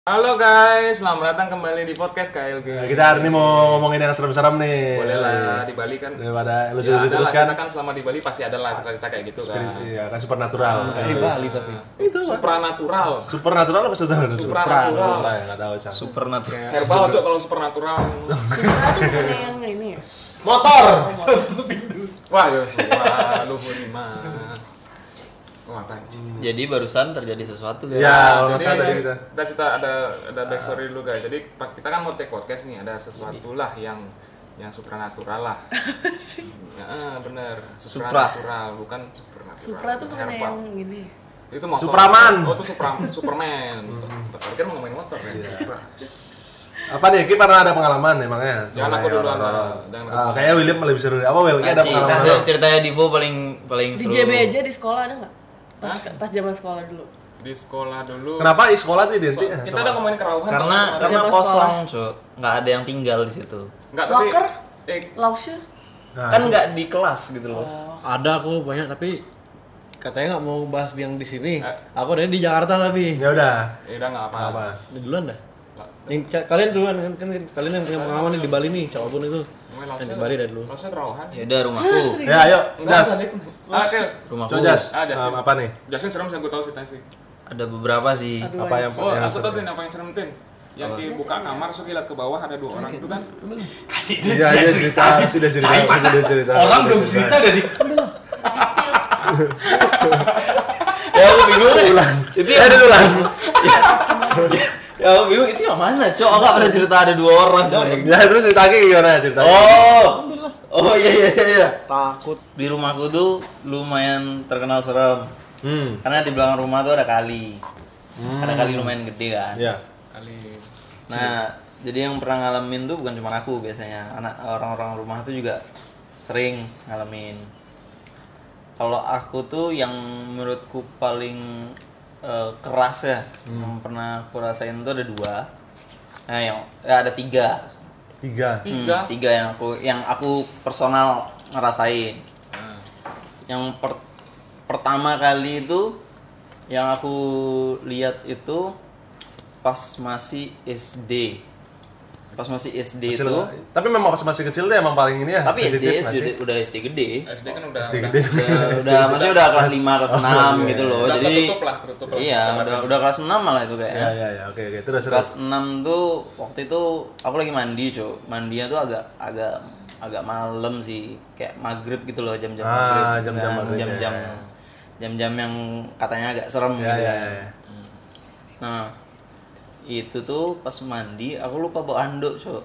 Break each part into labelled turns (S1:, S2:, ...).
S1: Halo guys, selamat datang kembali di podcast
S2: Nah,
S1: KLG.
S2: kita hari ini mau ngomongin yang serem-serem nih.
S1: Boleh lah di Bali kan.
S2: Daripada lu juga
S1: Ya, ada lah
S2: Nah, terus kan.
S1: kita kan selama di Bali pasti ada lah cerita kayak gitu kan. Ah, iya.
S2: Iya, kan supernatural.
S3: Dari
S4: Iya.
S3: Bali tapi
S2: Itu apa?
S1: Supranatural.
S2: Supernatural apa supernatural?
S1: Supranatural.
S2: Supra, ya, nggak tahu Cang.
S3: supernatural.
S5: Iya.
S1: Herbal cok kalau supernatural.
S5: Susah tuh bukan yang ini ya.
S2: Motor.
S1: Wah, ya semua luhur iman. Wah, tajam.
S3: Jadi barusan terjadi sesuatu guys.
S2: Ya,
S4: Iya,
S2: kalau nggak
S1: Jadi
S2: salah tadi kita.
S1: kita cerita ada ada backstory dulu guys. Jadi pa- kita kan mau take podcast nih, ada sesuatu lah yang yang supranatural lah. Heeh, bener.
S3: Supra.
S1: Supranatural, bukan supernatural.
S5: Supra tuh bukan
S1: Herbal.
S5: yang ini. ya.
S1: itu motor
S2: Supraman.
S1: oh itu Supra Superman tadi kan mau ngomongin motor ya Supra
S2: Iya. Apa nih? Kita pernah ada pengalaman emangnya?
S1: Jangan aku
S2: Mengenai
S1: duluan,
S2: orang-orang.
S1: Bang. Jangan aku
S2: Ah, kayaknya William lebih seru. deh. Apa Will? Kayaknya ada
S3: Aci,
S2: pengalaman.
S3: kasih
S2: lu.
S3: ceritanya Divo paling paling
S5: Di
S3: seru.
S5: JB aja di sekolah ada nggak? Pas, pas zaman sekolah dulu.
S1: di sekolah dulu
S2: Kenapa di sekolah tuh identik?
S1: So-
S2: ya,
S1: kita
S2: sama-
S1: udah ngomongin kerauhan
S3: Karena
S1: kemarin.
S3: karena
S5: Zaman
S3: kosong, Cuk. Nggak ada yang tinggal di situ.
S1: nggak tapi
S5: Locker?
S1: eh,
S5: Lausnya?
S2: Nah,
S3: Kan nggak di kelas gitu
S5: Oh.
S3: loh.
S6: Ada aku banyak tapi katanya nggak mau bahas yang di sini.
S1: Eh.
S6: Aku dari di Jakarta tapi.
S2: ya udah.
S1: ya udah nggak apa-apa
S2: Apa?
S6: Di duluan dah. Yang ca- kalian duluan kan, kan kalian yang punya pengalaman di Bali nih, siapapun itu.
S2: Kan
S1: Ngomongin
S6: Yang ya?
S1: langsung
S6: di Bali dari dulu.
S1: langsung kerauhan
S3: Ya udah rumahku.
S5: Ah,
S2: Ya, ayo.
S1: nggak
S2: Jas.
S1: usah Dik. Ah, oke
S3: Rumahku.
S2: Coba Jas.
S1: Ah, Justin.
S2: Um, apa nih?
S1: Jasin serem sih gue tahu sih sih
S3: Ada beberapa sih.
S5: Aduh,
S2: Apa yang
S1: oh
S2: yang
S1: aku tahu
S2: seru?
S1: tin apa yang serem tin yang di buka kamar terus lihat ke bawah ada dua orang itu kan kasih
S2: Iya, iya cerita, sudah cerita, sudah cerita. Sudah cerita.
S1: udah di
S3: ya aku bingung deh.
S2: Ulang.
S3: Itu yang ada Ya aku bingung itu yang mana, Cuk? Aku nggak pernah cerita ada dua orang.
S2: Ya terus ceritanya gimana ceritanya?
S3: Oh. Oh iya iya iya, iya.
S6: Takut.
S3: Di rumahku tuh lumayan terkenal serem.
S2: Hmm.
S3: Karena di belakang rumah tuh ada kali. Ada kali lumayan gede kan.
S2: Ya.
S1: kali
S3: Nah, jadi yang pernah ngalamin tuh bukan cuma aku biasanya. Anak orang-orang rumah tuh juga sering ngalamin. Kalau aku tuh yang menurutku paling eh, keras ya
S2: Hmm.
S3: yang pernah aku rasain tuh ada dua. Nah, yang eh, ada tiga.
S2: Tiga.
S3: Hmm,
S1: tiga
S3: tiga yang aku yang aku personal ngerasain.
S1: Nah,
S3: yang per- pertama kali itu yang aku lihat itu pas masih SD pas masih SD
S2: Kecil.
S3: itu
S2: Tapi memang pas masih kecil tuh emang paling ini ya.
S3: tapi
S2: sensitif
S3: SD,
S2: nggak
S3: SD
S2: sih?
S3: udah SD gede
S1: SD kan udah
S2: SD
S1: udah-
S2: gede.
S3: udah, udah maksudnya udah kelas 5
S1: Oh,
S3: kelas 6 gitu loh
S1: iya, udah
S3: jadi
S1: tertutup lah tertutup lah Iya,
S3: iya udah udah kelas 6 malah itu kayak
S2: Ya ya ya. Oke oke. Terus terus.
S3: kelas 6 tuh waktu itu aku lagi mandi cuy mandinya tuh agak agak agak malam sih kayak maghrib gitu loh jam-jam
S2: Ah,
S3: maghrib gitu
S2: jam-jam
S3: kan.
S2: maghrib, ya,
S3: jam-jam
S2: ya.
S3: jam-jam yang katanya agak
S2: Ya
S3: serem gitu
S2: ya
S3: kan.
S2: ya.
S3: nah itu tuh pas mandi aku lupa bawa handuk cuy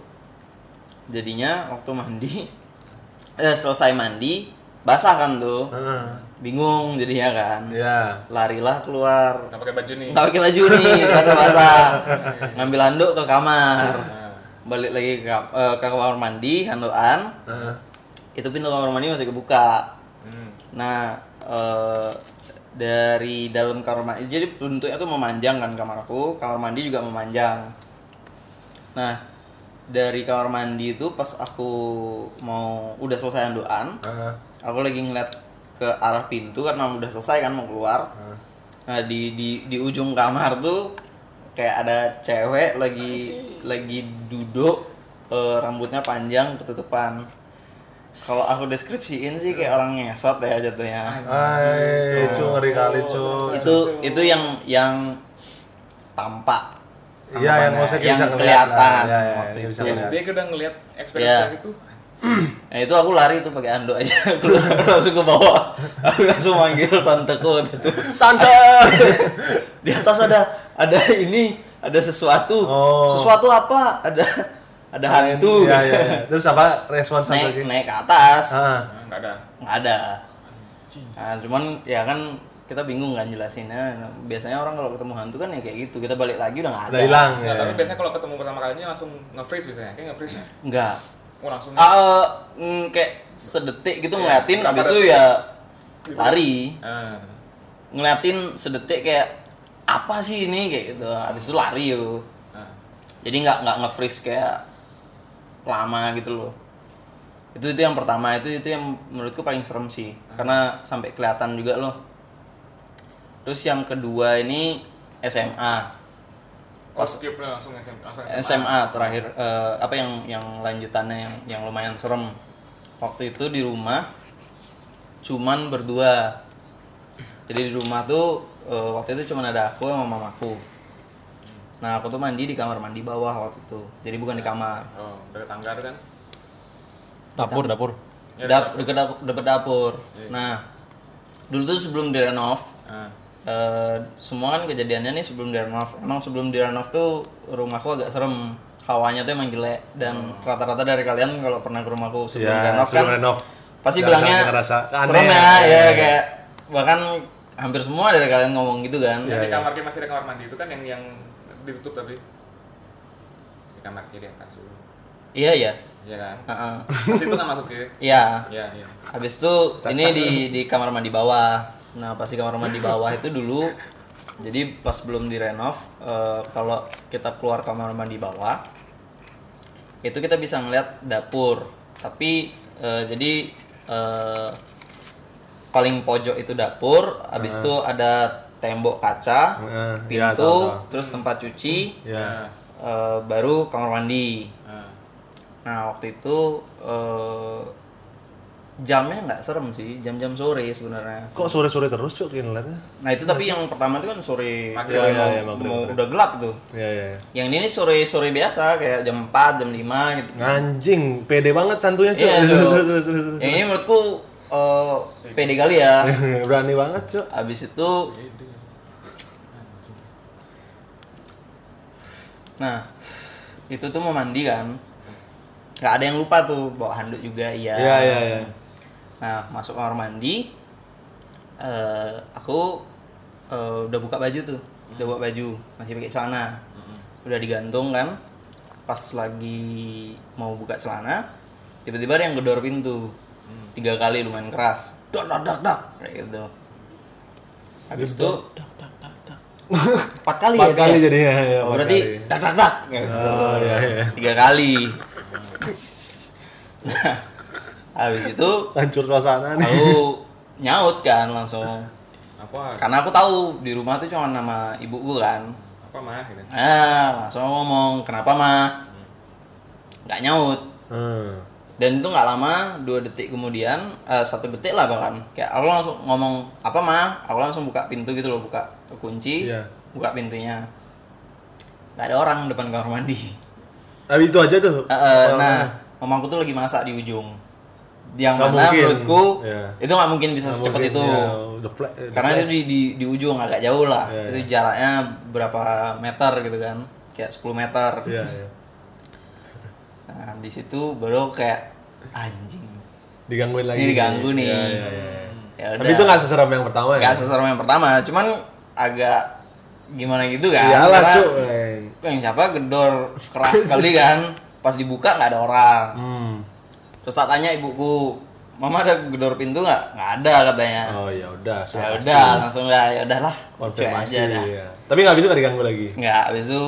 S3: jadinya waktu mandi eh, selesai mandi basah kan tuh
S2: Heeh.
S3: bingung jadinya kan
S2: Ya.
S3: larilah keluar
S1: nggak pakai baju nih
S3: nggak pakai baju nih basah-basah ngambil handuk ke kamar
S1: Nah.
S3: balik lagi ke, kam- eh, ke kamar mandi handukan
S2: Heeh.
S3: itu pintu kamar mandi masih kebuka
S1: Hmm.
S3: nah eh, dari dalam kamar mandi jadi bentuknya tuh memanjang kan kamar aku kamar mandi juga memanjang nah dari kamar mandi itu pas aku mau udah selesai handukan
S2: Heeh.
S3: aku lagi ngeliat ke arah pintu karena udah selesai kan mau keluar
S2: Heeh.
S3: Nah di di di ujung kamar tuh kayak ada cewek lagi lagi duduk eh, rambutnya panjang ketutupan. Kalau aku deskripsiin sih kayak orang ngesot ya jatuhnya.
S2: Hai, cu ngeri kali cu.
S3: Itu itu yang yang tampak.
S2: Iya yang
S3: Tampannya,
S2: maksudnya
S3: yang
S2: bisa ngeliat lah. Ya,
S3: kelihatan
S2: ya, ya,
S3: waktu
S2: yang
S3: itu.
S2: bisa ngeliat.
S1: SD kan udah ngelihat experience
S3: Iya.
S1: gitu
S3: Nah itu aku lari tuh pakai anduk aja keluar langsung ke bawah. Aku langsung manggil tanteku tuh. Tante. Di atas ada ada ini, ada sesuatu.
S2: Oh.
S3: Sesuatu apa? Ada ada hantu.
S2: Ya ya. ya. Terus apa respons
S3: Naik
S2: lagi?
S3: naik ke atas.
S2: Heeh.
S1: Nah, nggak ada
S3: Nggak ada. Nah, cuman ya kan kita bingung kan jelasinnya. Biasanya orang kalau ketemu hantu kan ya kayak gitu. Kita balik lagi udah nggak ada.
S2: Udah hilang
S1: Nah,
S2: ya.
S1: tapi biasanya kalau ketemu pertama kalinya langsung nge-freeze biasanya. Kayak nge-freeze ya?
S3: Nggak.
S1: Oh, langsung.
S3: Ah, eh, mm, kayak sedetik gitu ngeliatin
S1: berapa
S3: habis itu
S1: detik?
S3: ya lari.
S1: Ah.
S3: ngeliatin sedetik kayak apa sih ini kayak gitu habis itu lari yo
S1: Ah.
S3: jadi nggak nggak nge-freeze kayak lama gitu loh itu itu yang pertama itu itu yang menurutku paling serem sih karena sampai kelihatan juga loh terus yang kedua ini SMA
S1: Oh, skip lah, langsung SMA. Langsung SMA.
S3: SMA terakhir eh, apa yang yang lanjutannya yang yang lumayan serem waktu itu di rumah cuman berdua jadi di rumah tuh eh, waktu itu cuman ada aku sama mamaku nah aku tuh mandi di kamar mandi bawah waktu itu jadi bukan di kamar
S1: Oh, dari tangga tuh kan.
S6: Dapur, dapur.
S1: Ya,
S3: Dap- deket dapur, deket dapur. nah dulu tuh sebelum direnov
S1: Ah,
S3: Eh, semua kan kejadiannya nih sebelum direnov emang sebelum direnov tuh rumahku agak serem hawanya tuh emang jelek dan rata-rata dari kalian kalau pernah ke rumahku sebelum
S2: Ya,
S3: direnov kan
S2: Hmm. sebelum renov.
S3: pasti
S2: Jangan
S3: bilangnya
S2: sampai ngerasa aneh.
S3: serem ya, ya,
S2: Ya, ya.
S3: kayak bahkan hampir semua dari kalian ngomong gitu kan
S2: Iya.
S1: Yang di kamar Ki masih ada kamar mandi itu kan yang yang ditutup tapi di kamar Ki di atas dulu.
S3: iya iya
S1: Iya kan?
S3: Heeh.
S1: Terus itu kan maksud Ki?
S3: iya
S1: Iya, iya.
S3: habis itu ini di di kamar mandi bawah nah pasti kamar mandi bawah itu dulu jadi pas belum direnov eh, kalau kita keluar kamar mandi bawah itu kita bisa ngeliat dapur tapi eh, jadi eh, paling pojok itu dapur habis itu ada tembok kaca
S2: Heeh, iya,
S3: pintu
S2: tahu, tahu.
S3: terus tempat cuci
S2: Ya.
S3: eh, baru kamar mandi
S1: Ah.
S3: Nah waktu itu eh, jamnya nggak serem sih, jam-jam sore sebenarnya.
S2: Kok sore-sore terus cuk yang ngeliatnya?
S3: Nah itu tapi yang pertama itu kan sore,
S1: Maghrib.
S3: sore
S2: Iya,
S3: mau,
S2: iya, maghrib,
S3: mau
S2: maghrib.
S3: udah gelap tuh.
S2: Ya ya. ya.
S3: Yang ini sore sore biasa kayak jam 4, jam 5 gitu.
S2: Anjing, pede banget santunya cuk.
S3: Iya,
S2: Terus,
S3: tuh.
S2: terus, terus, terus, terus.
S3: Yang ini menurutku eh, pede kali ya.
S2: Berani banget cuk.
S3: Abis itu Nah, itu tuh mau mandi kan. Gak ada yang lupa tuh bawa handuk juga iya.
S2: Iya iya iya.
S3: Nah, masuk kamar mandi eh aku eh, udah buka baju tuh.
S2: Hmm.
S3: Udah buka baju, masih pakai celana. Udah digantung kan. Pas lagi mau buka celana, tiba-tiba ada yang gedor pintu.
S2: Hmm.
S3: Tiga kali lumayan keras. Dak dak dak dak kayak gitu. Habis itu empat kali
S2: Empat
S3: ya,
S2: kali
S3: dia?
S2: jadinya. ya,
S3: Oh,
S2: empat
S3: berarti
S2: kali.
S3: dak dak dak kayak gitu
S2: Oh iya iya.
S3: tiga kali nah habis itu
S2: Hancur suasana nih.
S3: aku nyaut kan langsung
S1: Apa?
S3: karena aku tahu di rumah tuh cuma nama ibu gue kan
S1: Apa mah gitu.
S3: ah langsung ngomong kenapa mah nggak nyaut
S2: Hmm.
S3: dan itu nggak lama dua detik kemudian eh, satu detik lah bahkan kayak aku langsung ngomong apa mah aku langsung buka pintu gitu loh buka kunci
S2: Iya.
S3: buka pintunya nggak ada orang depan kamar mandi
S2: Tapi itu aja tuh.
S3: Eh, eh,
S2: Apa-
S3: nah, mamaku tuh lagi masak di ujung. Yang
S2: Nggak
S3: mana
S2: mungkin.
S3: menurutku
S2: Iya.
S3: itu nggak mungkin bisa
S2: Nggak
S3: secepat
S2: mungkin,
S3: itu.
S2: ya, Iya, the fla- the
S3: Karena itu
S2: flash.
S3: di, di di ujung agak jauh lah.
S2: Iya,
S3: itu
S2: iya.
S3: jaraknya berapa meter gitu kan? Kayak 10 meter.
S2: Iya iya.
S3: Nah, di situ baru kayak anjing.
S2: Digangguin lagi.
S3: Ini diganggu nih.
S2: Iya iya iya.
S3: Ya
S2: Tapi itu nggak seseram yang pertama ya.
S3: nggak seserem yang pertama, cuman agak gimana gitu kan.
S2: Iyalah
S3: Karena-
S2: Iya cuk.
S3: Yang siapa gedor keras sekali kan. Pas dibuka nggak ada orang.
S2: Hmm.
S3: Terus tak tanya ibuku, mama ada gedor pintu nggak? Nggak ada katanya.
S2: Oh ya udah. so
S3: ya
S2: pasti.
S3: udah, langsung lah, ya udahlah. cuek
S2: Konfirmasi.
S3: aja dah.
S2: Iya. Tapi nggak bisa nggak diganggu lagi.
S3: Nggak, habis itu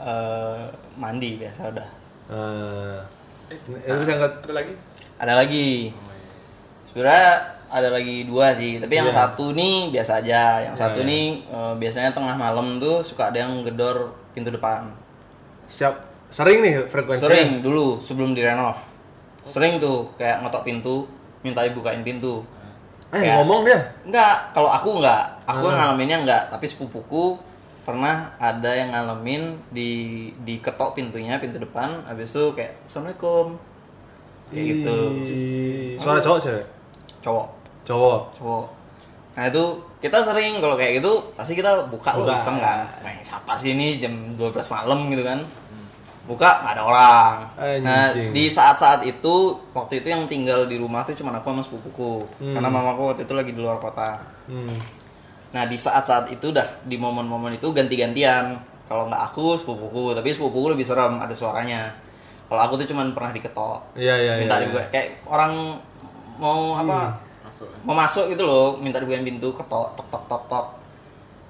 S3: eh, mandi biasa udah.
S2: Eh, terus yang ke-
S1: Ada lagi?
S3: Ada lagi. Sebenarnya ada lagi dua sih, tapi yang satu nih biasa aja. Yang satu nih eh, biasanya tengah malam tuh suka ada yang gedor pintu depan.
S2: siap sering nih frekuensinya.
S3: Sering dulu sebelum direnov. Sering tuh kayak ngetok pintu, minta dibukain pintu.
S2: Eh
S3: Kayak-
S2: ngomong dia.
S3: Enggak, kalau aku enggak. Aku yang ngalaminnya enggak, tapi sepupuku pernah ada yang ngalamin di diketok pintunya pintu depan habis itu kayak assalamualaikum kayak gitu
S2: Ih, Suara cowok cewek.
S3: cowok
S2: Cowok.
S3: cowok nah itu kita sering kalau kayak gitu pasti kita buka loh
S2: Buka.
S3: iseng kan Wah, siapa sih ini jam 12 malam gitu kan buka nggak ada orang nah
S2: Hmm. Anjing.
S3: di saat-saat itu waktu itu yang tinggal di rumah tuh cuma aku sama sepupuku
S2: Hmm.
S3: karena mamaku waktu itu lagi di luar kota
S2: Hmm.
S3: Nah di saat-saat itu dah di momen-momen itu ganti-gantian. Kalau nggak aku sepupuku, tapi sepupuku lebih serem ada suaranya. Kalau aku tuh cuman pernah diketok.
S2: Iya iya iya. Hmm.
S3: minta dibuka kayak orang mau apa?
S1: Masuk. ya.
S3: Mau masuk gitu loh, minta dibukain pintu, ketok tok tok tok tok.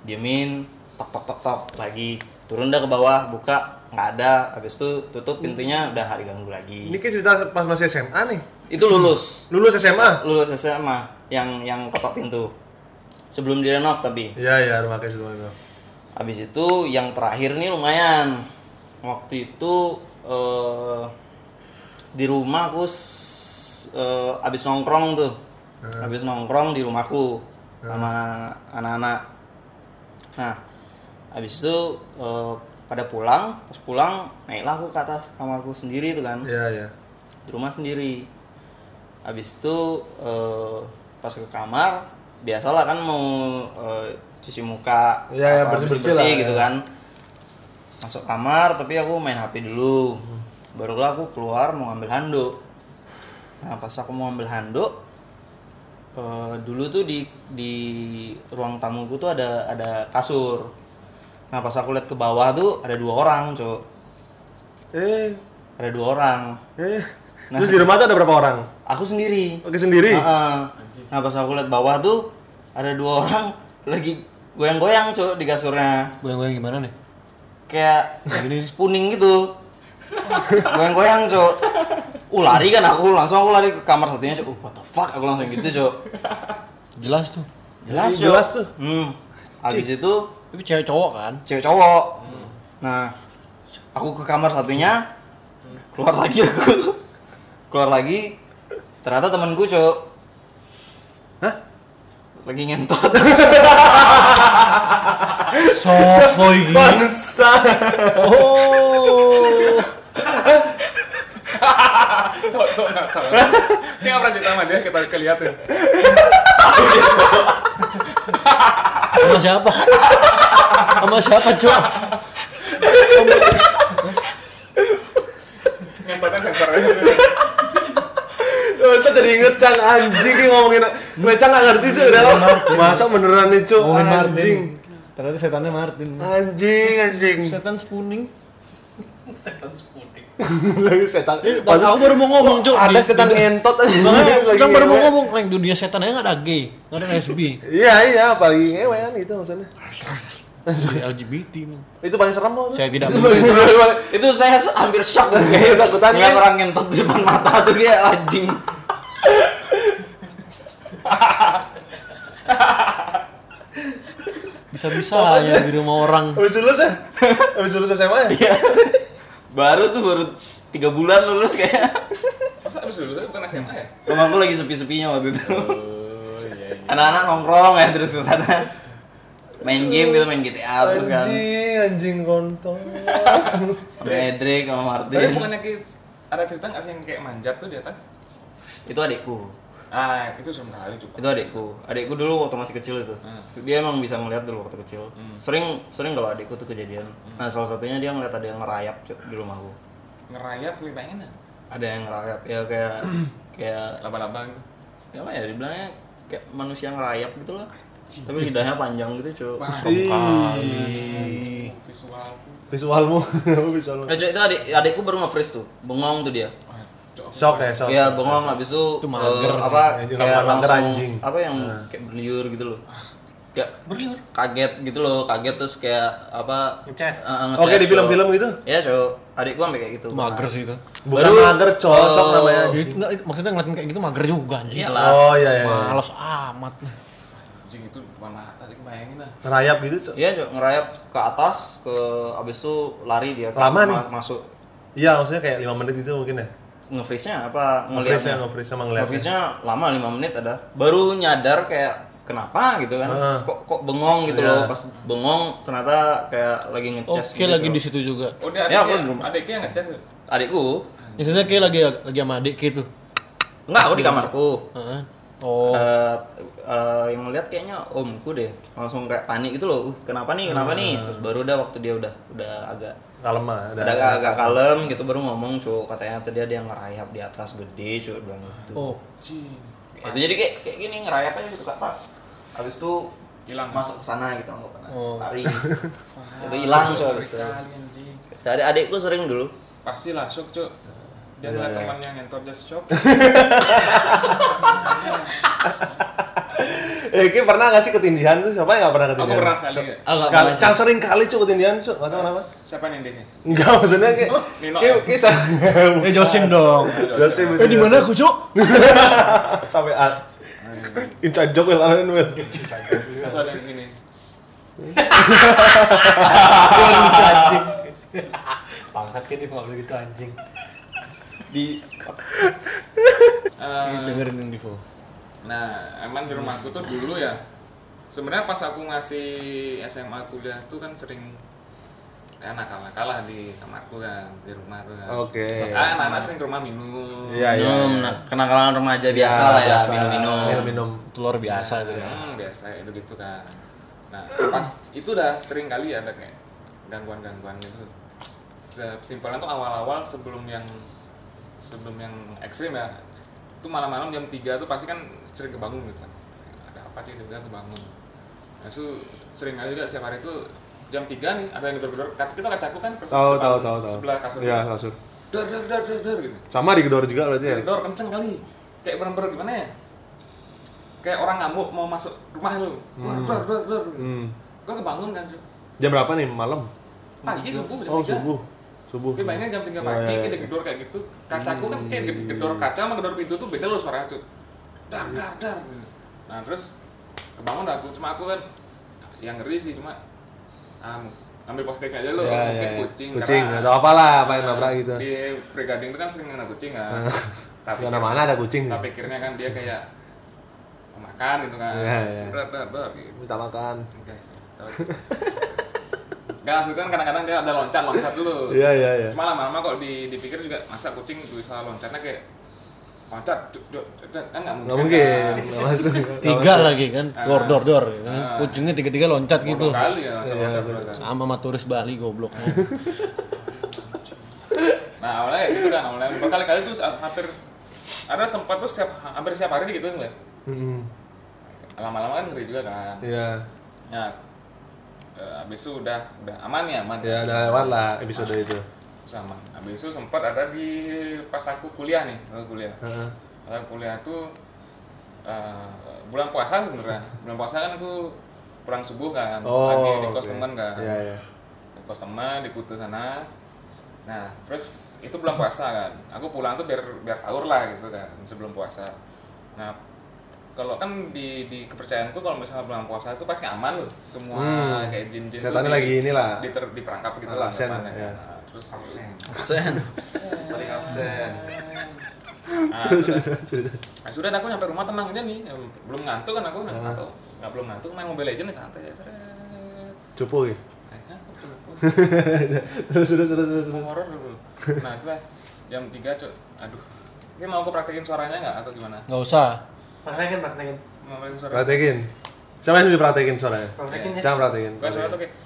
S3: Diemin, tok tok tok tok lagi. Turun dah ke bawah, buka, nggak ada. Habis itu tutup pintunya udah hari ganggu
S2: Ini
S3: lagi.
S2: kan cerita pas masih SMA nih.
S3: Itu lulus.
S2: Lulus SMA.
S3: Lulus SMA yang yang ketok pintu. Sebelum direnov tapi.
S2: Iya iya rumah kayak sebelumnya.
S3: Habis itu yang terakhir nih lumayan. Waktu itu eh, di rumah aku s- eh, habis nongkrong tuh. Habis nongkrong di rumahku sama anak-anak. Nah, habis itu eh, pada pulang, pas pulang naiklah aku ke atas kamarku sendiri tuh kan
S2: Iya, iya.
S3: di rumah sendiri habis itu eh, pas ke kamar biasalah kan mau eh, cuci muka
S2: Iya, iya,
S3: apa,
S2: bersih-bersih
S3: bersih-bersih
S2: lah,
S3: gitu
S2: iya.
S3: kan masuk kamar tapi aku main HP dulu
S2: Hmm.
S3: barulah aku keluar mau ngambil handuk nah pas aku mau ngambil handuk eh, dulu tuh di di ruang tamuku tuh ada ada kasur nah pas aku lihat ke bawah tuh ada dua orang cok
S2: Eh,
S3: ada dua orang
S2: eh.
S6: Nah.
S2: Terus di rumah tuh ada berapa orang?
S3: aku sendiri
S2: Oke sendiri.
S3: Heeh. Nah pas aku liat bawah tuh ada dua orang lagi goyang-goyang cuk di kasurnya
S6: Goyang-goyang gimana nih?
S3: kayak
S2: Nah,
S3: spooning gitu. goyang-goyang cuk. Uh lari kan aku langsung aku lari ke kamar satunya cuk. Uh, what the fuck aku langsung gitu cuk.
S6: Jelas tuh.
S3: Jelas cuk.
S2: Jelas tuh.
S3: Hmm. Habis itu
S6: Tapi cewek cowok kan?
S3: cewek cowok. Nah aku ke kamar satunya keluar lagi aku keluar lagi ternyata temanku cuk
S2: Hah?
S3: lagi ngentot
S6: Sok boy
S2: Bangsa.
S6: Oh.
S1: Ah, Sok sok nggak tahu. Dia nggak pernah cerita sama dia kita kelihatin.
S6: Sama siapa? Sama siapa, Cok?
S1: Ngentotnya sensor aja.
S2: Masa jadi inget Cang anjing ini ngomongin Gue Cang gak ngerti cuy udah lah. Masa beneran nih cuy
S6: Ngomongin Martin.
S2: Anjing
S6: Ternyata setannya Martin.
S2: Anjing anjing
S6: Setan spooning.
S2: Lagi setan
S6: Dan aku baru mau ngomong, Gitu. Cok.
S2: Ada
S6: Di-
S2: setan
S6: di-
S2: ngentot aja
S6: Makanya,
S2: Lagi
S6: Cok baru mau
S2: ngewe.
S6: ngomong, Leng, dunia setan aja nggak ada gay, nggak ada lesbi.
S2: Iya iya apalagi ngewe kan gitu maksudnya
S6: LGBT, Leng.
S2: Itu paling serem loh tuh.
S6: Saya tidak
S2: Itu paling serem paling-
S3: itu saya se- hampir shock tuh
S2: Ketakutan,
S3: kayak takutan ngeliat
S2: ya?
S3: orang ngentot di depan mata tuh kayak anjing
S6: Bisa-bisa lah ya di rumah orang.
S4: Oh
S2: Abis lulus ya? Abis lulus SMA ya?
S3: Iya. baru tuh baru tiga bulan lulus kayak
S1: Masa abis dulu tuh bukan SMA ya?
S3: rumahku lagi sepi-sepinya waktu itu
S1: Oh iya iya.
S3: anak-anak nongkrong ya terus ke sana main game gitu main GTA terus kan
S2: Anjing anjing kontol
S3: sama Edric sama
S1: Tapi
S3: Martin
S1: bukannya ki ada cerita nggak sih yang kayak manjat tuh di atas?
S3: itu adikku
S1: Ah itu serem kali coba.
S3: itu adikku adikku dulu waktu masih kecil itu dia emang bisa ngeliat dulu waktu kecil sering sering kalau adikku tuh kejadian nah salah satunya dia ngeliat ada yang ngerayap Cuk, di rumahku
S1: Ngerayap lebih pengen lah.
S3: ada yang ngerayap ya kayak kayak
S1: Laba-laba gitu.
S3: ya apa ya dibilangnya kayak manusia ngerayap gitu lah tapi lidahnya panjang gitu cuy
S2: Ih.
S1: Visual.
S2: Visualmu Visualmu
S3: eh, Cuk, itu adik adikku baru nge-freeze tuh bengong tuh dia
S1: Wah, Cok.
S2: Shock ya shock
S3: Iya bengong abis itu,
S6: Itu mager
S3: eh,
S6: sih.
S3: apa
S2: Anjing,
S3: kayak
S2: mager
S3: langsung
S2: anjing. Nah. Ah.
S3: apa yang kayak berliur gitu loh kayak kaget gitu loh kaget terus kayak apa
S6: Ngeces.
S3: eh, eh,
S2: Oke,
S3: ngeces,
S2: di film-film
S3: Cuk.
S2: gitu?
S3: iya cuy adikku sampai kayak gitu
S6: Itu mager sih itu.
S2: Bukan
S3: Baru-
S2: mager cocok
S3: Oh.
S2: namanya
S6: Ya, itu- nggak, itu- maksudnya ngeliatin kayak gitu mager juga anjing.
S3: Iya lah.
S2: Oh iya iya iya.
S6: Males amat.
S1: Anjing itu depan mata, tadi bayangin lah.
S2: Rayap gitu Cok.
S3: iya cuy ngerayap ke atas ke abis itu lari dia ke-
S2: Lama nih.
S3: masuk
S2: Iya maksudnya kayak 5 menit gitu mungkin ya
S3: nge-freeze-nya apa
S2: Nge-freeze ya
S3: ngeliatnya
S2: nge-freeze sama ngeliatnya
S3: Nge-freeze-nya lama 5 menit ada. Baru nyadar kayak kenapa gitu kan.
S2: Heeh.
S3: Kok kok bengong gitu
S2: Iya.
S3: loh. Pas bengong ternyata kayak lagi gitu. ngeces
S6: Oke lagi di situ juga.
S1: Oh dia
S3: Ya, aku
S1: adiknya,
S3: di rumah.
S1: adiknya yang ngecas ya?
S3: Adikku.
S6: Misalnya kayak lagi lagi sama adik kayak gitu.
S3: Enggak, aku di kamarku.
S6: Heeh. Oh,
S3: Eh, eh, yang ngeliat kayaknya omku deh langsung kayak panik gitu loh uh, kenapa nih kenapa nih terus baru udah waktu dia udah udah agak
S2: Kalem lah
S3: udah agak, agak kalem gitu baru ngomong cu katanya tadi ada yang ngerayap di atas gede cu bilang gitu
S6: oh.
S1: Anjing.
S3: itu jadi kayak kayak gini ngerayap aja gitu ke atas habis itu
S1: Hilang.
S3: masuk ke sana gitu nggak pernah
S6: Oh.
S3: lari itu hilang coy abis itu
S1: Sekali anjing.
S3: dari adikku sering dulu
S1: Pastilah shock, Cok.
S3: Iya,
S1: Dia adalah temannya yang ngentot just shock.
S2: Eh, Ki pernah gak sih ketindihan tuh? Siapa yang gak pernah ketindihan?
S1: Aku pernah sekali. ya.
S3: Ah, nggak
S2: Sekali,
S3: pernah sih.
S2: Cang sering kali cuy ketindihan cuy, gak tau kenapa
S1: Siapa nih dia?
S2: Enggak, maksudnya Ki
S1: Nino
S2: Ki,
S1: ya?
S2: Ki sa-
S6: Eh Josim dong.
S2: Gak sih,
S6: Eh di mana aku, Cok?
S2: Sampai A Inside joke will alamin will
S1: Soalnya yang gini.
S6: Gua lucu anjing. Bangsat kedip nggak boleh gitu anjing.
S3: di
S1: Eh,
S6: dengerin yang Divo.
S1: Nah, emang di rumahku tuh dulu ya. Sebenarnya pas aku masih SMA kuliah tuh kan sering ya, nakal-nakal lah di kamarku kan, di rumah tuh kan.
S2: Oke.
S1: Ah, anak-anak sering ke rumah minum.
S2: Iya, iya.
S3: minum nah, kenakalan remaja biasa lah ya minum-minum
S2: minum.
S6: Telur biasa tuh. ya.
S1: Hmm, biasa itu gitu kan. Nah, pas itu udah sering kali ya ada kayak gangguan-gangguan gitu. Se- Simpelnya tuh awal-awal sebelum yang sebelum yang ekstrim ya itu malam-malam jam 3 tuh pasti kan sering kebangun gitu kan ada apa sih tiba-tiba kebangun nah itu sering kali juga setiap hari itu jam 3 nih ada yang gedor-gedor Kat- kita kacaku kan persis
S2: Tahu
S1: depan
S2: tahu tahu tahu.
S1: sebelah kasur
S2: Iya, kasur.
S1: dar dar dar dar dar gitu
S2: Sama digedor juga berarti ya.
S1: gedor kenceng kali kayak bener-bener gimana ya kayak orang ngamuk mau masuk rumah lu dar dar dar dar
S2: Hmm.
S1: gue kebangun kan Cuk.
S2: Jam berapa nih malam?
S1: pagi subuh jam
S2: Oh,
S1: 3.
S2: subuh. Subuh.
S1: Tapi bayangin jam 3 pagi
S2: Iya, Hmm. iya,
S1: kita gedor kayak gitu, kacaku kan kayak ged- gedor kaca sama gedor pintu tuh beda loh suaranya tuh. Dar
S2: Hmm.
S1: dar dar. Nah, terus kebangun dah aku, cuma aku kan yang ngeri sih cuma ah, ambil positifnya aja loh,
S2: Iya,
S1: mungkin
S2: iya, iya.
S1: kucing.
S2: Kucing
S1: karena-
S2: atau apalah, apa yang
S1: Nah,
S2: nabrak gitu.
S1: Di brigading itu kan sering kena kucing kan. Tapi
S2: Di mana-mana ada kucing.
S1: Tapi pikirnya kan dia kayak mau makan gitu kan.
S2: Iya, iya.
S1: Dar dar dar gitu.
S2: Minta makan.
S1: Guys, tahu. Gak suka kan kadang-kadang dia ada loncat-loncat dulu.
S2: Iya, iya, iya.
S1: Cuma lama-lama kok di, dipikir juga masa kucing bisa loncatnya kayak loncat duk, duk, duk, duk, kan nggak mungkin.
S2: Nggak mungkin.
S1: kan.
S2: Nggak masuk.
S6: Tiga lagi kan, dor dor dor. gitu kan.
S1: Ah.
S6: Kucingnya tiga-tiga loncat
S1: Bodoh
S6: gitu.
S1: kali ya loncat-loncat
S2: Iya,
S1: dulu kan.
S6: Sama sama turis Bali gobloknya.
S1: Nah awalnya ya gitu kan awalnya berkali-kali tuh sa- hampir ada sempat tuh setiap hampir setiap hari gitu kan.
S2: Hmm.
S1: Lama-lama kan ngeri juga kan.
S2: Iya.
S1: Nah, eh, abis itu udah udah aman ya aman.
S2: Ya ada lewat lah episode itu.
S1: sama habis itu sempat ada di pas aku kuliah nih aku kuliah
S2: Heeh.
S1: aku kuliah tuh eh, bulan puasa sebenarnya bulan puasa kan aku pulang subuh kan
S2: Oh,
S1: lagi di kos
S2: oke.
S1: teman kan
S2: Iya, iya.
S1: di kos teman di kutu sana nah terus itu bulan puasa kan aku pulang tuh biar biar sahur lah gitu kan sebelum puasa nah kalau kan di di kepercayaanku kalau misalnya bulan puasa itu pasti aman loh semua
S2: Hmm.
S1: kayak jin-jin tuh
S2: Setannya
S1: di-
S2: lagi inilah.
S1: di ter- diperangkap gitu lah
S2: Absen,
S1: anggapannya
S2: ya.
S1: kan. Nah, terus
S3: absen
S1: paling
S2: absen.
S1: Nah,
S2: Terus
S1: sudah.
S2: terus, terus.
S1: Nah, sudah aku nyampe rumah tenang aja nih. Belum ngantuk kan aku, nggak ngantuk. Nggak belum ngantuk main Mobile Legends nih, santai. Seret.
S2: Cupu gitu.
S1: Nah, ngantuk, ngantuk.
S2: Terus terus terus terus.
S1: Mau horor dulu. Nah, itulah jam 3, Cuk. Aduh. Ini mau aku praktekin suaranya nggak atau gimana?
S6: Nggak usah.
S7: praktekin praktekin
S1: Mau praktekin suara.
S2: Praktekin. Siapa yang sudah praktekin suaranya?
S7: praktekin ya
S2: Jangan praktekin.
S1: Gua suara tuh kayak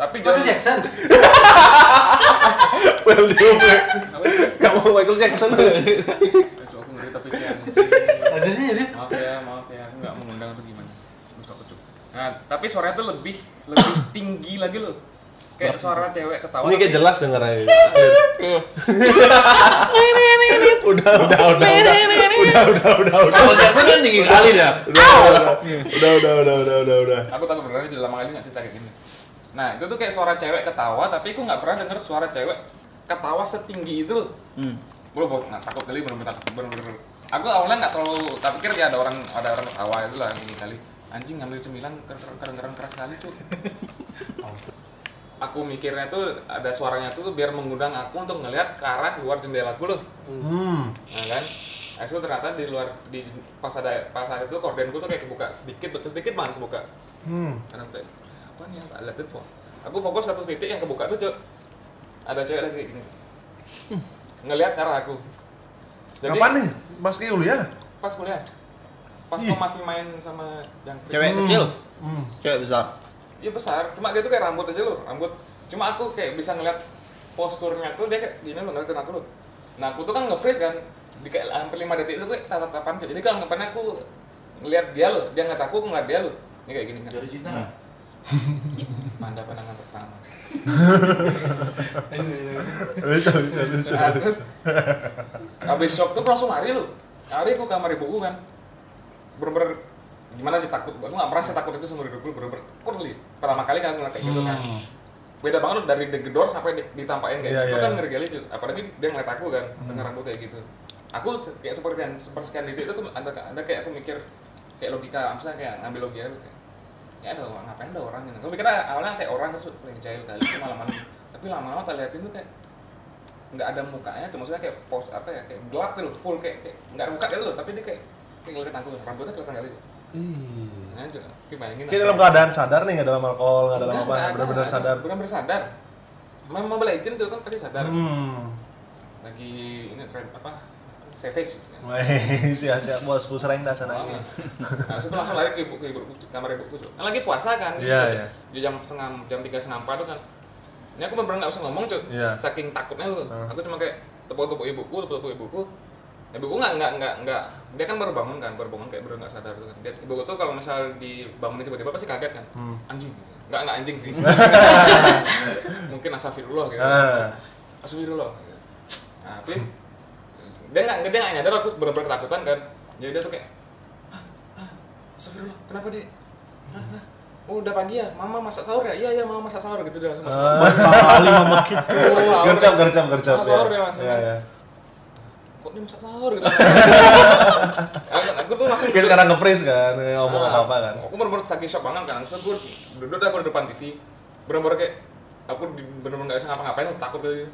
S1: Tapi
S7: Michael
S1: jauh.
S7: Jackson
S2: Well, dia gue.
S1: Apa sih?
S2: Gak mau Michael Jackson.
S1: Eh, Cuk, aku ngeri tapi kayak
S7: lanjutnya jadi
S1: Maaf ya, maaf ya. Aku nggak mengundang atau gimana. Terus takut, Cuk. Nah, tapi suaranya tuh lebih lebih tinggi lagi loh. Kayak suara cewek ketawa.
S2: Ini kayak
S1: tapi-
S2: jelas denger aja. udah, udah, udah, udah, udah, udah, udah, udah,
S3: kalau Jackson kan tinggi kali dah
S2: udah, udah, udah, udah, udah, udah.
S1: aku takut beneran ini udah lama kali nggak cerita kayak gini nah itu tuh kayak suara cewek ketawa tapi aku nggak pernah denger suara cewek ketawa setinggi itu
S3: Hmm.
S1: bro bro nggak takut kali bener bener takut bener bener aku awalnya nggak terlalu tak pikir ya ada orang ada orang ketawa itu lah ini kali anjing ngambil cemilan kedengeran keras kali tuh aku mikirnya tuh ada suaranya tuh, tuh biar mengundang aku untuk ngelihat ke arah luar jendela aku loh
S2: Hmm,
S1: nah kan Habis itu ternyata di luar di pas ada pas ada itu korden tuh kayak kebuka sedikit betul sedikit banget kebuka
S2: hmm.
S1: karena kayak, apa nih yang lihat info aku fokus satu titik yang kebuka tuh Cuk. ada cewek lagi gini ngelihat ke arah aku jadi
S2: Kapan nih? Mas Ki
S4: ya?
S2: Yulia?
S1: pas kuliah pas
S2: Ih.
S1: aku masih main sama yang
S3: cewek kecil
S2: Hmm.
S3: cewek besar
S1: iya besar cuma dia tuh kayak rambut aja loh rambut cuma aku kayak bisa ngelihat posturnya tuh dia kayak gini loh ngeliatin aku loh nah aku tuh kan nge-freeze kan di kayak hampir lima detik itu gue tatap-tatapan Cuk. jadi kan anggapannya aku ngelihat dia loh dia ngeliat aku aku ngeliat dia loh ini kayak gini kan
S7: jadi
S3: Hmm.
S7: cinta
S1: manda pandangan bersama
S2: Bisa, bisa, bisa.
S1: Nah, terus habis shock tuh langsung lari lu lari aku ke kamar ibuku kan bener-bener gimana sih takut aku nggak merasa takut itu seumur hidupku bener-bener takut kali pertama kali kan aku ngeliat kayak gitu kan beda banget lu dari degedor sampai di- ditampain kayak
S2: Hmm. Iya,
S1: gitu
S2: iya. Hmm.
S1: kan ngeri kali cuy apalagi dia ngeliat aku kan dengan rambut kayak gitu aku se- kayak seperti seperti detik itu aku ada ada kayak aku mikir kayak logika misalnya kayak ngambil logika gitu kayak ya ada orang ngapain ada orang gitu gue mikirnya awalnya kayak orang terus paling jahil kali itu malam tapi lama-lama tak liatin tuh kayak nggak ada mukanya cuma maksudnya kayak pos apa ya kayak gelap gitu full kayak kayak nggak ada muka gitu loh tapi dia kayak kayak ngeliatin aku rambutnya kelihatan gitu. kali
S4: Ih.
S1: nah coba tapi bayangin
S4: Kayak dalam keadaan sadar nih, nggak dalam alkohol, nggak dalam apa, benar-benar sadar.
S1: benar-benar sadar memang bela izin tuh kan pasti sadar
S4: Hmm.
S1: lagi ini rem- apa savage
S4: Wih, siap-siap bos, bos rank dah sana.
S1: Banget. Nah, terus langsung lari ke ibu, ke ibu, ke kamar ibuku tuh. Kan lagi puasa kan.
S4: Iya, iya.
S1: Di jam setengah jam 3 setengah 4 tuh kan. Ini aku benar nggak bisa ngomong, Cuk.
S4: Iya. Ah.
S1: Saking takutnya tuh.
S4: Heeh.
S1: Aku cuma kayak tepuk-tepuk ibuku, tepuk-tepuk ibuku. Ya, ibuku nggak nggak nggak nggak. Dia kan baru bangun kan, baru bangun kayak baru nggak sadar tuh. kan. Dia, ibuku tuh kalau misal dibangunin tiba-tiba pasti kaget kan.
S4: Hmm.
S1: Anjing. Nggak nggak anjing sih. Mungkin asafirullah gitu.
S4: Ah.
S1: Astagfirullah. Nah, tapi dia nggak dia nggak nyadar aku benar-benar ketakutan kan. Jadi dia tuh kayak, "Hah? Hah? Astagfirullah, kenapa deh? Hah? Hah? Oh, udah pagi ya, mama masak sahur ya? Iya, iya, mama masak sahur gitu dia langsung masak
S4: Ah.
S1: sahur.
S6: kali mama kita.
S1: Masak sahur.
S4: Gercap, gercap, gercap.
S1: Masak
S4: ya.
S1: sahur dia langsung.
S4: Iya, iya.
S1: Kok dia masak sahur gitu? aku, aku tuh langsung
S4: Kayak sekarang ngepres kan, ngomong
S1: Ah,
S4: apa-apa kan.
S1: Aku bener-bener lagi shock banget kan. Terus gue duduk dah di depan TV. Bener-bener kayak aku di- bener-bener gak bisa ngapa-ngapain, takut gitu.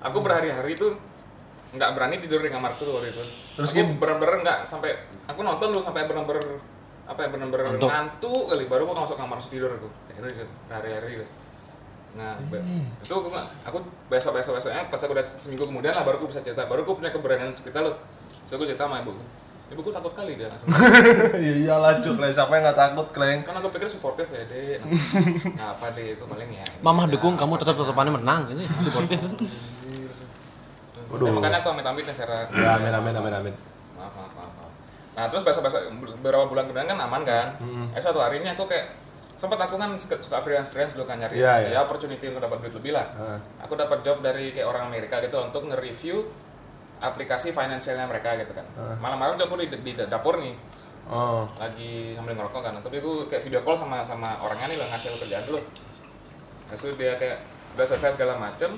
S1: Aku berhari-hari itu nggak berani tidur di kamarku tuh waktu itu.
S4: Terus
S1: Terus
S4: Kim?
S1: aku bener-bener nggak sampai aku nonton dulu sampai bener-bener apa ya bener-bener
S6: Ngantuk.
S1: ngantuk kali baru aku masuk kamar langsung tidur aku. Kayak Gitu, gitu. berhari-hari gitu. Nah,
S4: Iya.
S1: be- itu aku, nggak- aku besok besok besoknya pas aku udah seminggu kemudian lah baru aku bisa cerita, baru aku punya keberanian untuk cerita loh. Terus aku cerita sama ibuku. Ibuku takut kali dia langsung.
S4: Iya iyalah cuk, Leng. siapa yang nggak takut, Kleng?
S1: kan aku pikir supportif ya deh nah, apa deh itu paling ya
S6: Mama dukung kamu tetap tetepannya menang ini supportif.
S1: Waduh. makanya aku amit-amit ya secara
S4: Ya, amin, amin, amin, amin.
S1: maaf maaf maaf maaf. nah terus bahasa-bahasa beberapa bulan kemudian kan aman kan
S4: Hmm.
S1: eh suatu hari ini aku kayak sempat aku kan suka suka freelance freelance dulu kan nyari
S4: Iya, iya.
S1: ya opportunity untuk dapat duit lebih lah
S4: Ah.
S1: aku dapat job dari kayak orang Amerika gitu untuk nge-review aplikasi finansialnya mereka gitu kan malam-malam tuh aku di, di dapur nih
S4: Oh.
S1: lagi sambil ngerokok kan tapi gue kayak video call sama sama orangnya nih lah ngasih aku kerjaan dulu terus tuh dia kayak udah selesai segala macem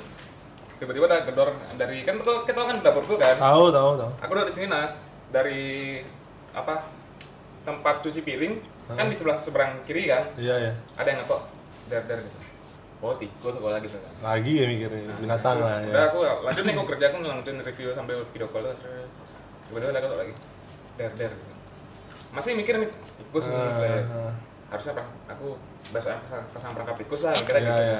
S1: tiba-tiba ada gedor dari kan tuh kita kan dapur gue kan
S4: Tahu, tahu, tahu.
S1: aku udah di sini nah dari apa tempat cuci piring kan di sebelah seberang kiri kan
S4: Iya, iya.
S1: ada yang ngetok dari dari gitu. oh tikus sekolah gitu kan
S4: Lagi ya mikirnya binatang lah ya.
S1: udah aku lanjut nih aku kerja aku lanjutin review sambil video call terus tiba-tiba ada ketok lagi der der gitu. masih mikir nih tikus nih,
S4: Ah,
S1: kayak,
S4: ah.
S1: harusnya pra- aku besoknya pasang, pasang perangkap tikus lah kira
S4: Iya,
S1: gitu
S4: iya.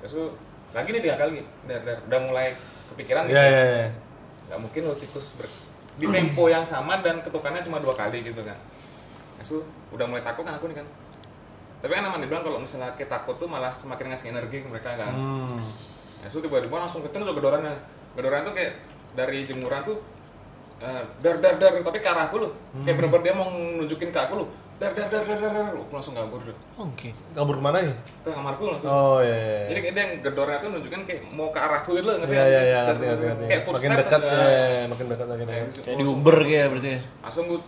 S1: terus tuh, lagi nih tiga kali der der udah mulai kepikiran
S4: Iya,
S1: gitu
S4: iya, iya.
S1: nggak mungkin lo tikus ber- di tempo yang sama dan ketukannya cuma dua kali gitu kan terus tuh, udah mulai takut kan aku nih kan tapi kan aman dibilang kalau misalnya kita takut tuh malah semakin ngasih energi ke mereka kan
S4: Hmm.
S1: Ya so, tiba-tiba langsung kenceng tuh gedorannya. Gedoran tuh kayak dari jemuran tuh eh, dar dar dar tapi ke arahku loh.
S4: Hmm.
S1: Kayak bener-bener dia mau nunjukin ke aku loh. Dar dar dar dar dar. dar. Aku langsung kabur tuh.
S6: Oke.
S4: Kabur kemana ya?
S1: Ke kamarku langsung.
S4: Oh, iya, iya.
S1: Jadi kayak dia yang gedornya tuh nunjukin kayak mau ke arahku gitu loh, ngerti
S4: Iya,
S1: nggak?
S4: iya, iya,
S1: Dar,
S4: ngerti,
S1: dar,
S4: ngerti,
S1: dar.
S4: ngerti.
S1: Kayak
S4: Makin
S1: footstep
S4: dekat,
S1: tuh,
S4: iya,
S1: kan.
S4: iya, iya, makin dekat, makin
S1: Kayak
S4: dekat.
S1: gitu.
S6: Kayak di Uber kayak berarti.
S1: Langsung gue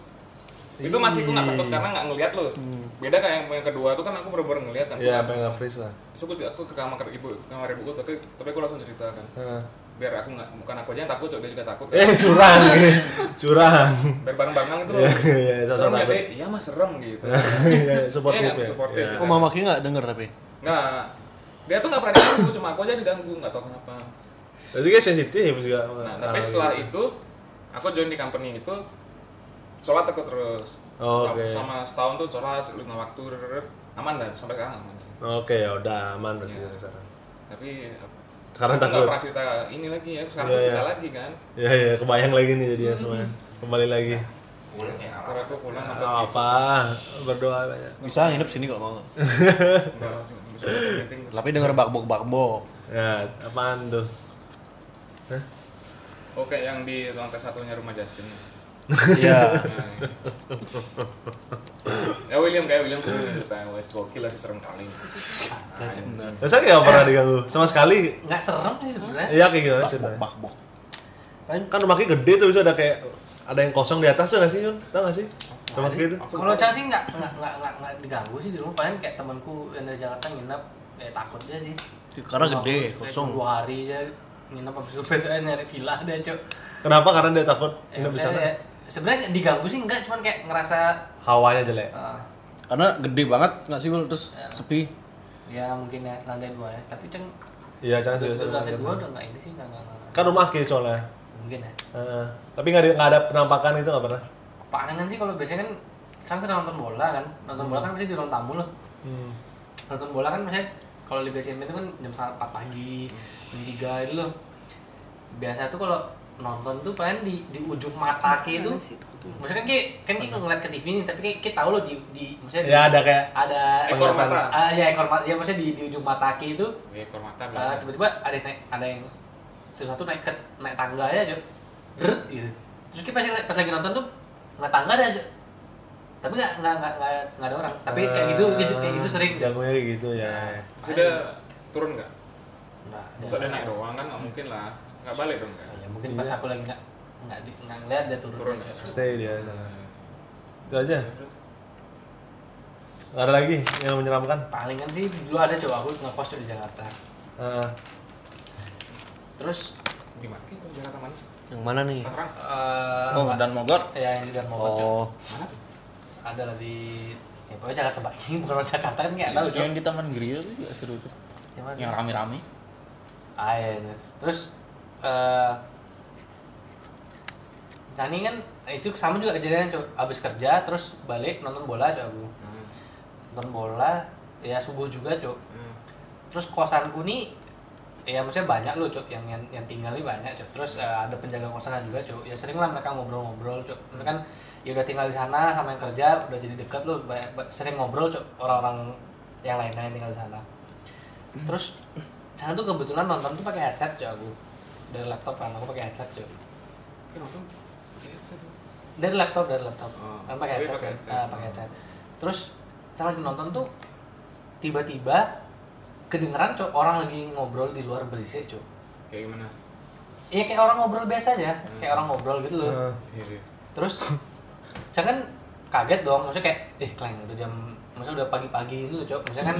S1: itu masih gue nggak takut karena nggak ngeliat loh. Beda kayak yang, yang kedua tuh kan aku bener-bener ngeliat kan.
S4: Hmm. Iya, apa yang nggak freeze lah.
S1: So, gue, aku ke kamar ibu, ke kamar ibu gue, tapi tapi aku langsung cerita kan.
S4: Ah.
S1: Biar aku nggak, bukan aku aja yang takut, dia juga takut. kan.
S4: Eh, curang, eh. curang.
S1: biar bareng-bareng gitu loh.
S4: Iya, iya, iya,
S1: serem ya,
S4: sosok
S1: Dek? Iya, Mas, serem gitu.
S4: Iya, iya, supportive
S1: Iya,
S4: ya.
S1: supportive.
S4: Iya.
S6: Oh mama ki nggak denger tapi.
S1: Nah, dia tuh nggak pernah diganggu, cuma aku aja diganggu, nggak tahu kenapa.
S4: Jadi kayak sensitif juga.
S1: Nah, tapi
S4: Oh, iya.
S1: setelah itu, aku join di company itu, sholat aku terus. Nah,
S4: Oh, oke.
S1: Sama setahun tuh sholat, lima waktu, rrrr. aman dah, sampai sekarang aman.
S4: Oke, ya udah aman berarti
S1: Iya.
S4: dari sana.
S1: Tapi,
S4: Sekarang
S1: aku nggak
S4: takut.
S1: pernah cerita ini lagi ya, sekarang
S4: Iya,
S1: aku
S4: iya.
S1: cerita lagi kan.
S4: Iya, iya, kebayang lagi nih jadi ya semuanya. Kembali lagi.
S1: Karena Ya, aku pulang sampai
S4: Ah, apa? Berdoa banyak.
S6: Bisa nginep sini kalau mau.
S1: nggak, bisa ada meeting.
S6: Tapi denger bakbok bakbok.
S4: Ya, apaan tuh?
S1: Oke, Oh, yang di lantai satunya rumah Justin. Nah,
S6: Iya.
S1: ya William kayak William sering ceritanya wes gokil lah sih serem kali.
S7: Hmm.
S4: Masa kayak nggak ya pernah diganggu? Sama sekali.
S5: Nggak serem sih sebenarnya.
S4: Iya, kayak gimana ceritanya?
S6: Bakbok.
S5: Paling-
S4: Kan rumah Ki gede tuh, bisa ada kayak ada yang kosong di atas tuh nggak sih, Yun? Tahu nggak sih? gitu. Rumah Ki itu.
S5: Kalau Cang sih nggak nggak nggak nggak nggak diganggu sih di rumah. Paling kayak temanku yang dari Jakarta nginep, ya takut dia sih.
S6: Karena
S5: Rumah
S6: gede,
S5: aku kayak
S6: kosong.
S5: Dua hari aja nginep habis itu besoknya nyari villa deh cok.
S4: Kenapa? Karena dia takut
S5: Ya,
S4: nginep di
S5: maksudnya
S4: sana.
S5: ya, Sebenarnya diganggu sih nggak, cuman kayak ngerasa
S4: Hawanya jelek.
S5: ah,
S6: Karena gede banget nggak sih Wil terus sepi.
S7: ya mungkin ya lantai dua ya tapi ceng
S4: Iya, jangan serius.
S7: itu lantai dua udah nggak ini sih nggak nggak nggak-
S4: Kan rumah kecil soalnya.
S7: mungkin ya
S4: Heeh. tapi nggak ada, nggak ada penampakan itu nggak pernah.
S7: Pangan sih kalau biasanya kan kan sering nonton bola kan nonton bola kan
S4: Hmm.
S7: pasti di ruang tamu loh nonton bola kan misalnya kalau Liga Champions itu kan jam 4 pagi
S4: Hmm.
S7: jam 3 itu loh biasa tuh kalau nonton tuh paling di, di ujung mata Ki itu maksudnya kan Ki kan Ki ngeliat ke TV nih tapi Ki, Ki tahu loh di, di maksudnya di-
S4: Ya ada kayak
S7: ada
S1: Ekor mata.
S7: Ah, ya ekor mata ya maksudnya di, di ujung mata Ki itu
S1: Iya, ekor mata
S7: ah,
S1: belakang.
S7: tiba-tiba ada yang naik ada yang sesuatu naik ke naik tangga aja Jo. Deret gitu terus kita pas, pas lagi nonton tuh nggak tangga ada aja tapi nggak nggak nggak nggak nggak ada orang tapi kayak gitu gitu kayak gitu sering Jo.
S4: Jagonya kayak gitu ya.
S1: Sudah turun nggak?
S7: Nah,
S1: Masa dia naik doang kan? Nggak mungkin lah. Nggak balik dong ya?
S7: ya mungkin pas aku lagi nggak nggak di- nggak ngeliat dia turun,
S1: Turun ya.
S4: Stay dia. Itu aja. Nggak ada lagi yang menyeramkan.
S7: palingan sih dulu ada cowok aku ngekos tuh di Jakarta
S4: Heeh.
S7: terus
S1: Di mana? Ki? Jakarta mana?
S6: Yang mana nih?
S1: Tangerang.
S7: eh,
S3: Oh, dan Mogot.
S7: ya ini dan mau
S6: Oh,
S7: ada lah di ya pokoknya Jakarta Bagi bukan orang Jakarta kan nggak tahu Jo.
S3: Yang di Taman Gria tuh juga seru tuh.
S7: Yang mana?
S3: Yang rame-rame.
S7: Ah, iya, iya. Terus eh Tani kan itu sama juga kejadian cok abis kerja terus balik nonton bola cok aku
S1: Hmm.
S7: nonton bola ya subuh juga cok
S1: Hmm.
S7: terus kosanku nih ya maksudnya banyak loh cok yang yang, yang tinggal nih banyak cok terus eh, ada penjaga kosan juga cok ya sering lah mereka ngobrol-ngobrol cok mereka kan ya udah tinggal di sana sama yang kerja udah jadi dekat loh banyak, ba- sering ngobrol cok orang-orang yang lainnya yang tinggal di sana terus sana tuh kebetulan nonton tuh pakai headset cok aku dari laptop kan aku pakai headset cok
S1: Ki nonton? Iya, seru.
S7: dari laptop dari laptop
S1: Oh,
S7: kan pakai
S1: tapi
S7: headset
S1: pakai
S7: kan?
S1: headset.
S7: Ah, pakai headset terus cara lagi nonton tuh tiba-tiba kedengeran cok orang lagi ngobrol di luar berisik cok
S1: Kayak gimana?
S7: Iya kayak orang ngobrol biasa aja, kayak orang ngobrol gitu loh.
S4: Heeh.
S7: Terus jangan kaget dong, maksudnya kayak eh klien udah jam maksudnya udah pagi-pagi gitu loh, Cok. Maksudnya kan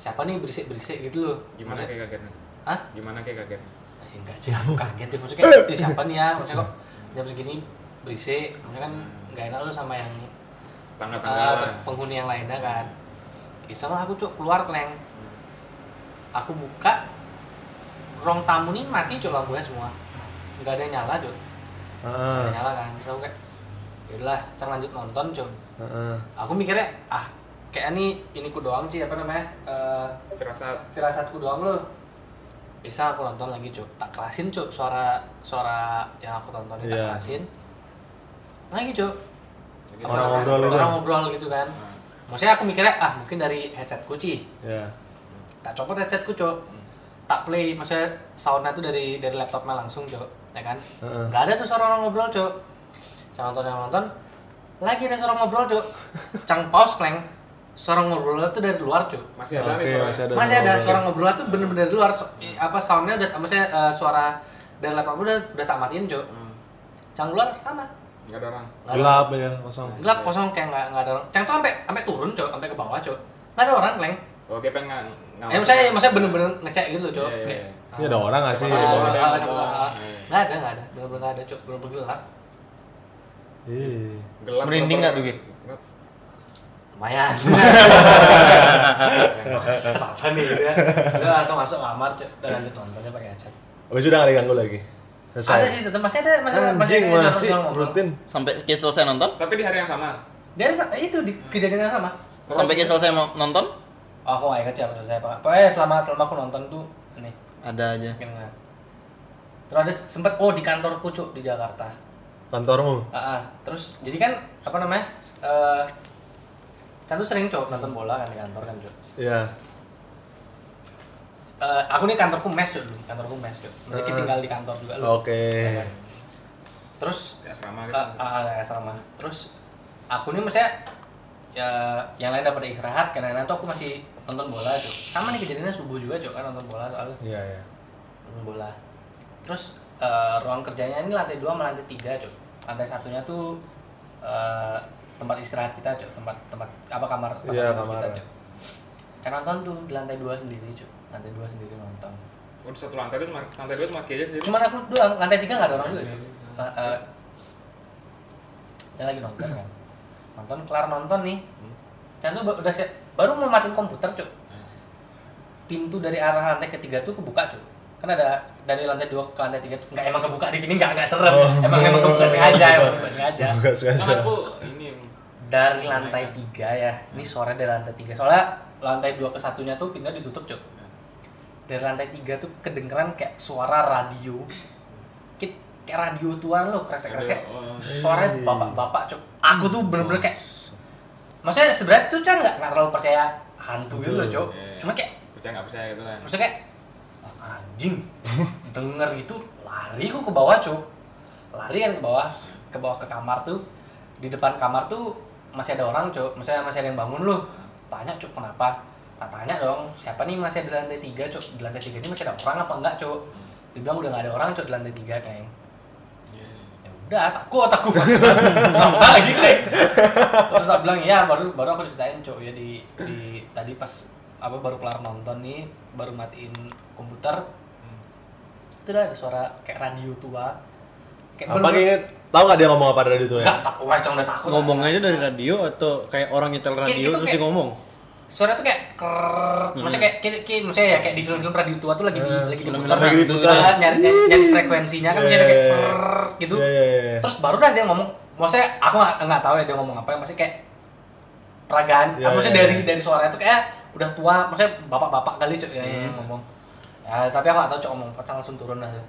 S7: siapa nih berisik-berisik gitu loh.
S1: Gimana kayak
S7: Maksudnya,
S1: kagetnya?
S7: Hah?
S1: Gimana kayak kagetnya?
S7: Eh, enggak sih, aku kaget deh. Maksudnya kayak eh, siapa nih ya? Maksudnya kok jam segini berisik, maksudnya kan nggak enak loh sama yang
S1: Tangga-tangga
S7: eh,
S1: lah.
S7: penghuni yang lainnya kan. Iseng lah aku Cok keluar kleng. Aku buka ruang tamu nih mati Cok lampunya semua. Nggak ada yang nyala, Cok.
S4: Heeh.
S7: Udah nyala kan terus aku kayak yaudahlah kita lanjut nonton cuy
S4: Heeh.
S7: aku mikirnya ah kayak ini ini ku doang sih apa namanya Eh
S1: Firasat.
S7: firasatku doang loh bisa aku nonton lagi cuy tak kelasin cuy suara suara yang aku
S4: Iya.
S7: tontonin tak kelasin lagi cuy
S1: Lagi
S4: Orang ngobrol itu. ya? Hmm.
S7: orang ngobrol gitu kan
S1: Nah,
S7: maksudnya aku mikirnya ah mungkin dari headset kuci
S4: Ya.
S7: tak copot headsetku cok
S4: Hmm.
S7: tak play maksudnya soundnya tuh dari dari laptopnya langsung cok ya kan
S4: Heeh.
S7: nggak ada tuh suara orang ngobrol cok cang nonton yang nonton lagi ada suara ngobrol cok cang pause kleng suara ngobrol tuh dari luar cok
S1: Masih ada nih
S4: Oke,
S1: suara.
S4: masih ada.
S7: masih ada
S4: ngobrol.
S7: suara ngobrol tuh bener-bener dari luar So- i- apa soundnya udah maksudnya eh, suara dari laptop udah udah tak matiin cok
S1: Hmm.
S7: cang keluar sama
S1: Nggak ada orang.
S7: Nggak ada-
S4: Gelap ya, kosong.
S7: gelap kosong kayak nggak nggak ada orang cang tuh sampai sampai turun cok sampai ke bawah cok nggak ada orang kleng
S1: Oke, pengen Oh, nggak?
S7: ya maksudnya maksudnya bener-bener ngecek gitu loh cok
S1: Iya, iya,
S7: Kayak,
S1: iya.
S4: Ini ada orang nggak sih?
S1: Iya,
S7: Ah,
S1: boleh,
S7: ah,
S1: boleh.
S7: sama- ah, ah.
S1: Iya.
S7: Nggak ada, nggak ada. Bener-bener nggak ada, Cok. Bener-bener gelap.
S4: Ih.
S1: Gelap.
S3: Merinding nggak tuh, Ki?
S1: Gelap.
S7: Lumayan. Mas, apa nih gitu ya? Udah langsung masuk kamar, Cok. Udah lanjut nontonnya pakai headset.
S4: Habis itu udah nggak diganggu lagi. Selesai.
S7: Ada sih, tetap masih ada, masih ada.
S4: Anjing
S7: ada yang
S4: masih
S7: ngobrol-ngobrol.
S4: rutin.
S3: Sampai kayak selesai nonton?
S1: Tapi di hari yang sama.
S7: Dia ada sa- eh, itu di kejadian yang sama.
S3: Sampai kayak selesai mo- nonton?
S7: Oh, aku nggak ingat sih apa selesai apa. Pokoknya selama selama aku nonton tuh nih,
S3: Ada aja.
S7: mungkin nggak. Terus ada sempet oh di kantorku Cok di Jakarta.
S4: Kantormu.
S7: Ah, ah. terus jadi kan apa namanya? Eh, kan tuh sering Cok nonton bola kan di kantor kan Cok.
S4: Iya.
S7: Eh, aku nih kantorku mes Cok, dulu, kantorku mes Cok. Maksudnya kita tinggal di kantor juga
S4: Oh.
S7: loh.
S4: Oke.
S7: Terus
S1: Di asrama
S7: eh,
S1: gitu.
S7: ah, ah, asrama. Terus aku nih maksudnya ya yang lain dapat istirahat karena nanti aku masih nonton bola Cok. Sama nih kejadiannya subuh juga Cok kan nonton bola soalnya
S4: Iya, iya.
S7: nonton bola. Terus eh, ruang kerjanya ini lantai 2 sama lantai 3 Cok. Lantai satunya tuh eh, tempat istirahat kita Cok, tempat tempat apa kamar tempat
S4: Iya,
S7: tidur
S4: kamar.
S7: kita Cok. Kan nonton tuh di lantai 2 sendiri Cok. Lantai 2 sendiri nonton.
S1: Oh, di satu lantai itu cuma lantai dua cuma Ki aja sendiri.
S7: Cuman aku doang, lantai tiga nggak ada orang juga. Nah, eh, Dia lagi nonton kan. Nonton, kelar nonton nih. Chan tuh ba- udah siap, baru mau matiin komputer cuk pintu dari arah lantai ketiga tuh kebuka cuk kan ada dari lantai dua ke lantai tiga tuh nggak emang kebuka di sini nggak nggak serem emang emang kebuka sengaja emang Oh. kebuka sengaja
S4: Enggak
S1: Kan
S4: sengaja.
S1: aku ini
S7: dari
S1: Iya,
S7: lantai tiga ya ini
S1: Hmm.
S7: sore dari lantai tiga soalnya lantai dua ke satunya tuh pintunya ditutup cuk dari lantai tiga tuh kedengeran kayak suara radio Kit- kayak radio tua lo kresek kresek
S1: oh.
S7: suara bapak-bapak cuk aku tuh bener-bener kayak maksudnya sebenarnya tuh Chan nggak nggak terlalu percaya hantu gitu loh cuk
S1: Iya.
S7: cuma kayak
S1: percaya nggak percaya gitu kan.
S7: maksudnya kayak "Oh, anjing denger gitu lari gue ke bawah cuk lari kan ke bawah ke bawah ke kamar tuh di depan kamar tuh masih ada orang cuk maksudnya masih ada yang bangun lu tanya cuk kenapa tak tanya dong siapa nih masih ada di lantai tiga cuk di lantai tiga ini masih ada orang apa enggak cuk dibilang udah nggak ada orang cuk di lantai tiga kayaknya ya udah takut takut apa lagi klik terus aku bilang ya baru baru aku ceritain cok ya di di tadi pas apa baru kelar nonton nih baru matiin komputer itu udah ada suara kayak radio tua kayak
S4: Apa kayaknya tahu nggak dia ngomong apa dari itu ya?
S7: nggak tak wah cong udah takut
S6: Ngomong aja dari radio atau kayak orang nyetel
S7: Kayak
S6: radio
S7: gitu,
S6: terus
S7: kayak-
S6: dia ngomong.
S7: suara tuh kayak kerr,
S4: Hmm.
S7: maksudnya kayak, kayak, kayak maksudnya ya kayak di film-film radio tua tuh lagi
S4: Eh,
S7: di lagi diputar
S4: lagi
S7: nah,
S4: diputar.
S7: nah, nyari, nyari, nyari frekuensinya kan
S4: Iya,
S7: yeah, ada kayak
S4: gitu kan. iya, iya.
S7: serrrr gitu
S4: Iya, iya, iya.
S7: terus baru dah dia ngomong maksudnya aku nggak nggak tahu ya dia ngomong apa yang maksudnya kayak peragaan
S4: Iya,
S7: Ah, maksudnya
S4: iya,
S7: dari
S4: iya.
S7: dari suara itu kayak udah tua maksudnya bapak-bapak kali cok ya, yang ngomong ya tapi aku nggak tahu cok ngomong pacang langsung turun lah Cuk.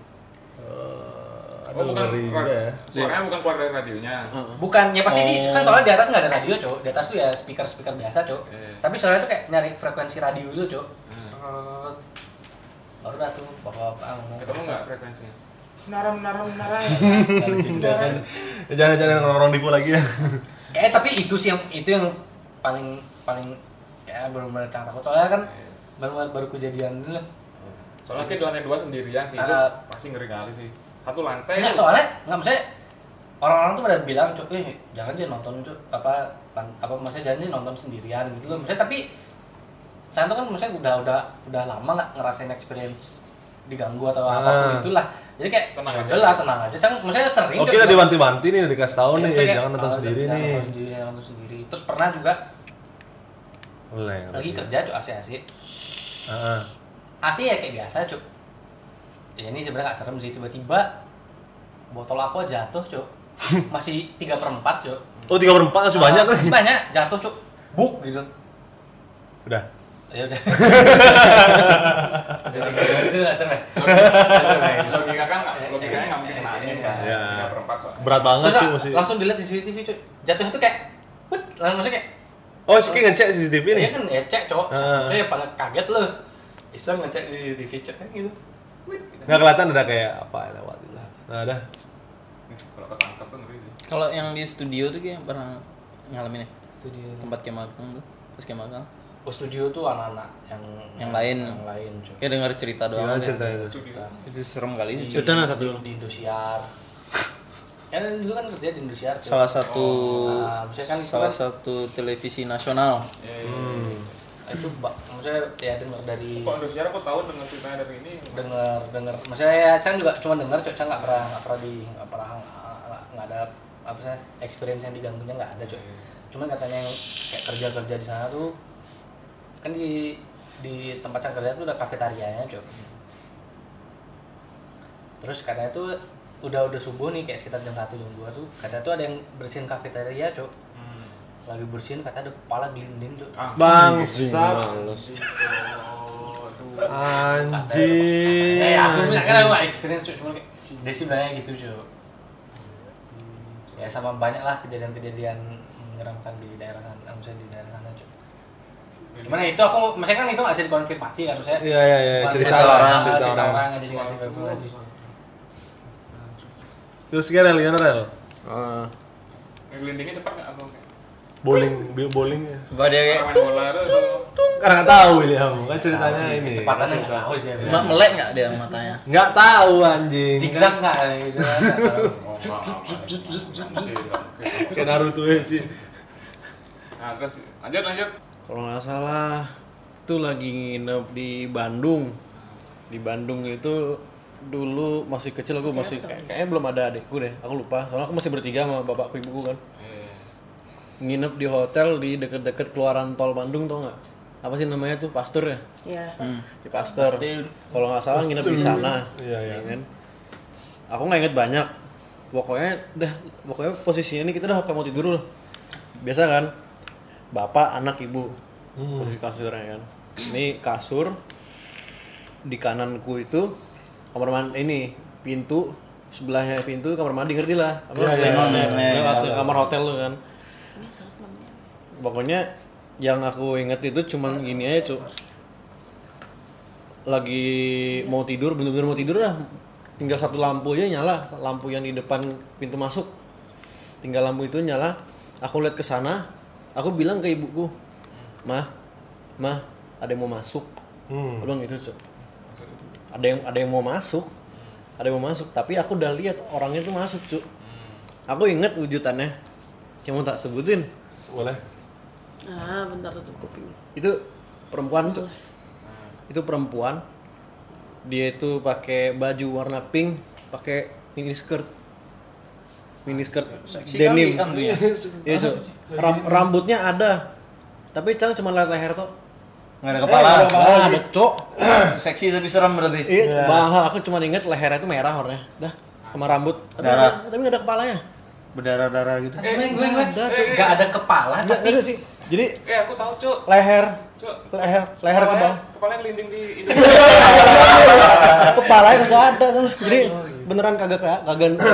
S1: Oh,
S4: Aduh,
S1: bukan
S4: ngeri
S1: bukan-
S4: juga ya.
S1: Suaranya bukan keluar dari radionya.
S7: Bukan, ya pasti sih
S6: Oh.
S7: kan soalnya di atas nggak ada radio cok, di atas tuh ya speaker speaker biasa cok.
S1: Iya.
S7: Tapi soalnya tuh kayak nyari frekuensi radio dulu cok. Seret. Baru dah tuh bapak-bapak ngomong.
S1: Ketemu nggak frekuensinya? Naram naram naram.
S7: Dari jendela.
S4: Jangan-jangan orang-orang dipu lagi ya.
S7: Kayak Eh, tapi itu sih yang itu yang paling paling ya, kayak belum benar takut soalnya kan baru baru kejadian dulu.
S1: Soalnya kayak di lantai dua sendirian sih, itu
S7: Ah.
S1: pasti ngeri kali sih. Satu lantai.
S7: Enggak soalnya nggak maksudnya orang-orang tuh pada bilang cok, eh jangan dia nonton cok apa lan- apa maksudnya jangan dia nonton sendirian gitu loh maksudnya tapi Canto kan maksudnya udah udah udah lama nggak ngerasain experience diganggu atau
S4: Ah.
S7: apapun itulah jadi kayak
S1: Tenang aja.
S7: "Ya udahlah tenang aja Cang maksudnya sering
S4: Oke,
S7: Cok,
S4: kita
S7: cuma-
S4: diwanti-wanti nih udah dikasih tahu
S7: ya,
S4: nih,
S7: maksudnya
S4: eh,
S7: kayak,
S4: jangan nonton
S7: "Ah,
S4: sendiri
S7: jangan
S4: nih.
S7: nonton sendiri, jangan nonton sendiri terus pernah juga
S4: Boleh.
S7: lagi kerja cok asli-asli
S4: Heeh.
S7: asli ya kayak biasa cuk ya ini sebenarnya nggak serem sih tiba-tiba botol aku jatuh cuk masih 3 per 4 cuk
S4: Oh, 3 per 4 masih banyak lagi.
S7: banyak jatuh cuk buk gitu
S4: Udah.
S7: ya udah itu nggak serem ya Nggak serem ya?
S1: logika kan nggak-
S7: Eh,
S1: logikanya nggak mungkin kena angin kan.
S4: Iya.
S1: Tiga per empat soalnya.
S4: Berat banget
S7: Terus
S4: sih masih.
S7: langsung dilihat di CCTV cuk jatuh itu kayak wut langsung maksudnya kayak
S4: Oh, Siki ngecek CCTV nih. Ah.
S7: Iya kan ya cek cowok,
S4: Heeh.
S7: saya pada kaget loh. Islam ngecek di CCTV cek kan gitu. Wih, gitu.
S4: Nggak kelihatan ada kayak apa lewat gitu. Nah, ada.
S1: Nih, Kalau ketangkep tuh ngeri sih.
S3: Kalau yang di studio tuh kayak pernah ngalamin ya
S7: Studio.
S3: tempat kayak magang tuh, pas kayak magang.
S7: Oh studio tuh anak-anak yang
S3: Yang lain.
S7: yang lain cok.
S3: Kayak denger cerita
S7: Iya.
S3: doang.
S4: Gimana
S3: ya.
S4: ceritanya itu?
S1: Studio.
S3: Itu serem kali sih.
S6: Cerita nah satu dulu.
S7: Di Indosiar. kan dulu kan kerja di Indosiar. Cok.
S3: Salah satu
S7: Nah, maksudnya kan itu
S3: salah
S7: kan-
S3: satu televisi nasional.
S7: Eh,
S1: Iya, iya, iya.
S7: itu ba- maksudnya ya dengar dari
S1: Kok Indosiar aku tahu dengan ceritanya dari ini.
S7: dengar dengar maksudnya ya Chan juga cuma dengar cok Chan nggak pernah nggak pernah di nggak pernah nggak- nggak ada apa sih experience yang diganggunya nggak ada cok cuman katanya yang kayak kerja kerja di sana tuh kan di di tempat Chan kerja tuh ada kafetarianya cok terus katanya tuh udah udah subuh nih kayak sekitar jam satu jam dua tuh katanya tuh ada yang bersihin kafetaria cok lagi bersihin katanya ada kepala gelinding cok
S4: Bangsat.
S7: Eh,
S4: Anjing.
S7: ya, aku punya kan aku gak experience cuy, cuma kayak Desi bilangnya gitu cuy. Ya sama banyak lah kejadian-kejadian menyeramkan di daerah sana, ah, misalnya di daerah sana cuy. Cuman ya itu aku, maksudnya kan itu gak bisa dikonfirmasi kan, maksudnya
S4: Iya, iya, iya,
S7: bukan
S4: cerita
S7: saya-
S4: orang,
S7: ah,
S4: cerita
S7: cerita
S4: orang.
S7: orang, jadi nggak bisa dikonfirmasi.
S4: Terus kira Rel, gimana Rel?
S6: Ah.
S1: Ngelindingnya cepat nggak atau nggak?
S4: Bowling, bi- bowling ya.
S3: Apa dia kayak
S1: Orang main bola tuh.
S4: Karena nggak tahu William, kan ceritanya ini.
S7: Kecepatannya nggak tahu sih. ya.
S3: me- melek nggak dia matanya?
S4: Nggak tahu anjing.
S7: Zigzag nggak gitu. nggak tahu.
S1: Oh, nggak, nggak, nggak.
S4: Kayak Naruto ya sih.
S1: Nah, terus lanjut lanjut.
S6: Kalau nggak salah itu lagi nginep di Bandung. Di Bandung itu dulu masih kecil aku
S7: Iya.
S6: masih kayak- kayaknya belum ada adikku deh. Aku lupa. Soalnya aku masih bertiga sama bapakku ibuku kan. nginep di hotel di deket-deket keluaran tol Bandung tau nggak? Apa sih namanya tuh pastur ya?
S5: Iya.
S6: Di pastur. Kalau nggak salah nginep di sana.
S4: Iya, iya.
S6: ya kan? Aku nggak inget banyak. Pokoknya dah pokoknya posisinya ini kita udah mau tidur loh. Biasa kan? Bapak, anak, ibu.
S4: Hmm.
S6: Posisi kasurnya kan. Ini kasur di kananku itu kamar mandi ini pintu sebelahnya pintu kamar mandi ngerti lah apa
S4: Iya, iya,
S6: lewat,
S4: iya,
S6: ya,
S3: iya,
S6: lewat
S3: iya,
S6: ke
S3: iya.
S6: kamar hotel lu kan pokoknya yang aku inget itu cuman gini aja cuk lagi mau tidur bener-bener mau tidur lah tinggal satu lampu aja nyala lampu yang di depan pintu masuk tinggal lampu itu nyala aku lihat ke sana aku bilang ke ibuku mah mah ada yang mau masuk
S4: Hmm.
S6: abang gitu cuk ada yang ada yang mau masuk ada yang mau masuk tapi aku udah lihat orangnya tuh masuk cuk aku inget wujudannya cuma tak sebutin
S4: Boleh.
S5: Ah, bentar tutup kuping.
S6: itu perempuan cuk
S5: Males.
S6: itu perempuan dia itu pakai baju warna pink pakai mini skirt mini skirt denim Iya, Cuk. Ram- rambutnya ada tapi cang cuma lihat leher tuh
S3: Eh, Nggak ada kepala.
S6: ada cok
S3: Seksi tapi serem berarti.
S6: Iya, mahal. Aku cuma inget lehernya itu merah warnanya. Dah, sama rambut. Tapi
S3: Darah.
S6: nggak ada- tapi nggak ada kepalanya.
S3: Berdarah-darah gitu.
S7: Eh, gue, gue, gue. Gak ada kepala
S6: Nggak
S7: Ah, tapi
S6: nggak ada sih. Jadi
S1: Eh aku tahu cuk.
S6: leher,
S1: Cuk.
S6: leher, leher ke bawah.
S1: Kepala ngelinding di ini.
S6: Kepalanya nggak ada sama. Jadi beneran kagak kayak- kagak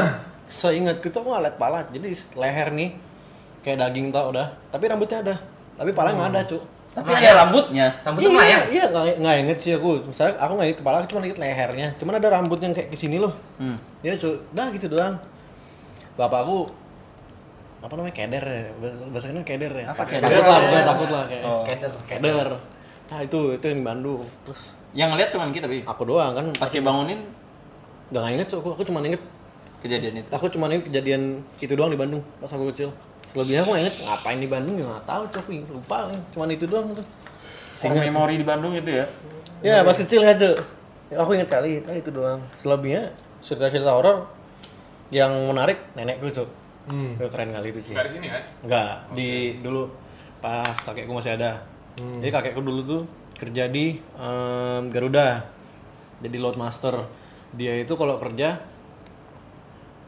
S6: seingat gitu aku nggak liat kepala. Jadi leher nih kayak daging tau udah. Tapi rambutnya ada. Tapi kepala nggak ada, Cuk.
S3: Tapi ada rambutnya.
S7: rambutnya
S6: Iya,
S7: melayang.
S6: Iya, nggak nggak inget sih aku. Misalnya aku nggak inget kepala, aku cuma inget lehernya. Cuman ada rambut yang kayak kesini loh.
S3: Hmm.
S6: Ya cu, dah gitu doang. Bapakku apa namanya keder ya, Bahasa- bahasanya keder ya.
S3: Apa keder?
S6: Takut lah, bukan takut lah kayak.
S3: Oh.
S7: Keder, keder.
S6: Keder. Nah itu itu yang di Bandung. Terus
S3: Yang ngeliat cuman kita, Bi.
S6: aku doang kan
S3: Pas dia bangunin
S6: udah nggak inget cu, aku, aku cuma inget
S3: kejadian itu.
S6: aku cuma inget kejadian itu doang di Bandung pas aku kecil. Selebihnya aku nggak inget ngapain di Bandung ya nggak tahu cu, aku lupa cuman itu doang tuh.
S3: Sehingga memori di Bandung itu ya.
S6: Ya pas kecil ya tuh. Aku inget kali itu, itu doang. Selebihnya cerita-cerita horor yang menarik nenekku cuk.
S4: Hmm.
S6: Itu Keren kali itu sih.
S1: Enggak di sini kan?
S6: Enggak, di dulu pas kakekku masih ada. Jadi kakekku dulu tuh kerja di em, Garuda. Jadi load master. Dia itu kalau kerja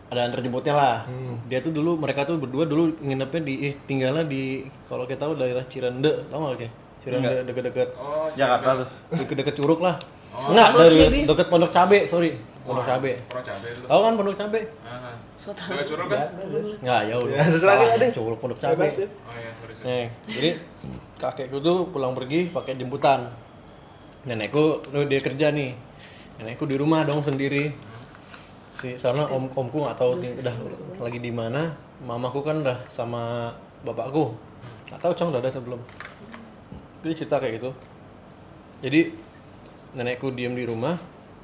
S6: ada antar jemputnya lah. Dia tuh dulu mereka tuh berdua dulu nginepnya di eh, tinggalnya di kalau kita tahu daerah Cirende, tau nggak Ki? Cirende deket-deket
S1: Oh,
S3: Jakarta tuh.
S6: deket-deket Curug lah. Enggak, dari deket Pondok Cabe, sorry. Pondok Cabe.
S1: pro cabe itu.
S6: Tahu kan Pondok Cabe?
S1: Heeh.
S5: So tau.
S1: Dekat curug kan?
S6: Enggak, jauh.
S4: Ya, terserah kita deh.
S6: Curug Pondok
S1: Oh
S6: Cabe.
S1: iya, sorry sorry.
S6: Nih, jadi kakekku tuh pulang pergi pakai jemputan. Nenekku lu dia kerja nih. Nenekku di rumah dong sendiri. Si sana om omku nggak tahu di- udah lagi di mana. Mamaku kan udah sama bapakku. Nggak tahu cong udah ada atau belum. Jadi cerita kayak gitu. Jadi nenekku diem di rumah,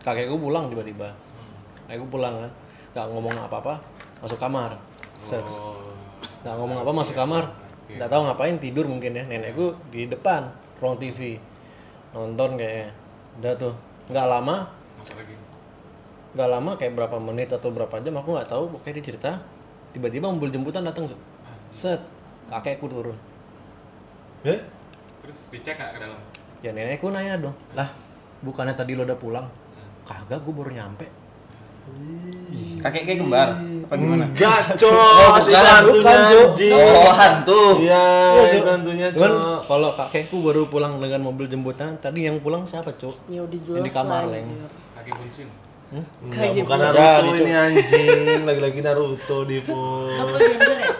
S6: kakekku pulang tiba-tiba. Kakekku pulang kan, nggak ngomong apa-apa, masuk kamar. Set
S1: Oh.
S6: nggak ngomong apa masuk kamar nggak tahu ngapain tidur mungkin ya nenekku di depan ruang TV nonton kayaknya udah tuh nggak lama
S1: Masuk lagi.
S6: nggak lama kayak berapa menit atau berapa jam aku nggak tahu pokoknya dia cerita tiba-tiba mobil jemputan datang tuh set kakekku turun
S4: Eh?
S1: Terus dicek nggak ke dalam?
S6: ya nenekku nanya dong lah bukannya tadi lo udah pulang kagak gue baru nyampe
S3: Kakek kayak kembar. Apa gimana?
S4: Enggak, Cok.
S3: bukan,
S4: Itu hantunya,
S6: Oh, bukan, Cok.
S4: anjing.
S3: Oh, hantu.
S4: Iya,
S6: Iya,
S4: itu
S6: Cok.
S4: hantunya,
S6: Cuman,
S4: Cok.
S6: kalau kakekku baru pulang dengan mobil jemputan tadi yang pulang siapa cuk
S5: Ya udah jelas.
S6: Yang di kamar,
S5: lah,
S6: Leng.
S5: anjir.
S1: Kaki buncin.
S4: Enggak,
S5: Kayak
S6: Ya,
S4: bukan
S5: gitu.
S4: Naruto
S6: Jadi, Cok.
S4: ini anjing. Lagi-lagi Naruto di pun.
S8: Apa jujur ya?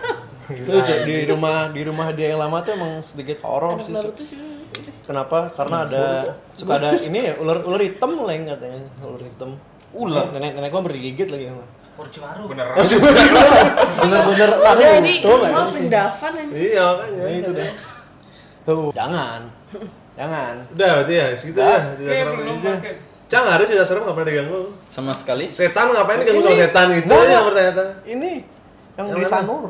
S6: Tuh, Cuk, di rumah di rumah dia yang lama tuh emang sedikit horor
S5: Anak
S6: sih Cuk.
S5: Naruto sih.
S6: Kenapa? Karena ada suka ada ini ya ular ular hitam leng katanya ular hitam. Ular. Nenek nenek gua hampir digigit lagi sama.
S7: Orochimaru.
S1: Beneran.
S6: Bener-bener
S5: Udah
S6: aduh,
S5: ini
S6: tuh, nggak ya?
S5: semua
S6: sih?
S5: pendafan anjir.
S4: Iya, makanya.
S6: Nah, itu deh. Tuh. Jangan. Jangan.
S4: Udah berarti ya, segitu ya. Tidak
S1: Kayak
S4: serem
S1: belum
S4: aja.
S1: pakai.
S4: Cang harus tidak serem nggak pernah diganggu.
S3: Sama sekali.
S4: Setan ngapain diganggu sama setan gitu
S6: Nah.
S4: ya pertanyaan.
S6: Ini
S4: Yang
S6: yang di
S4: mana?
S6: Sanur.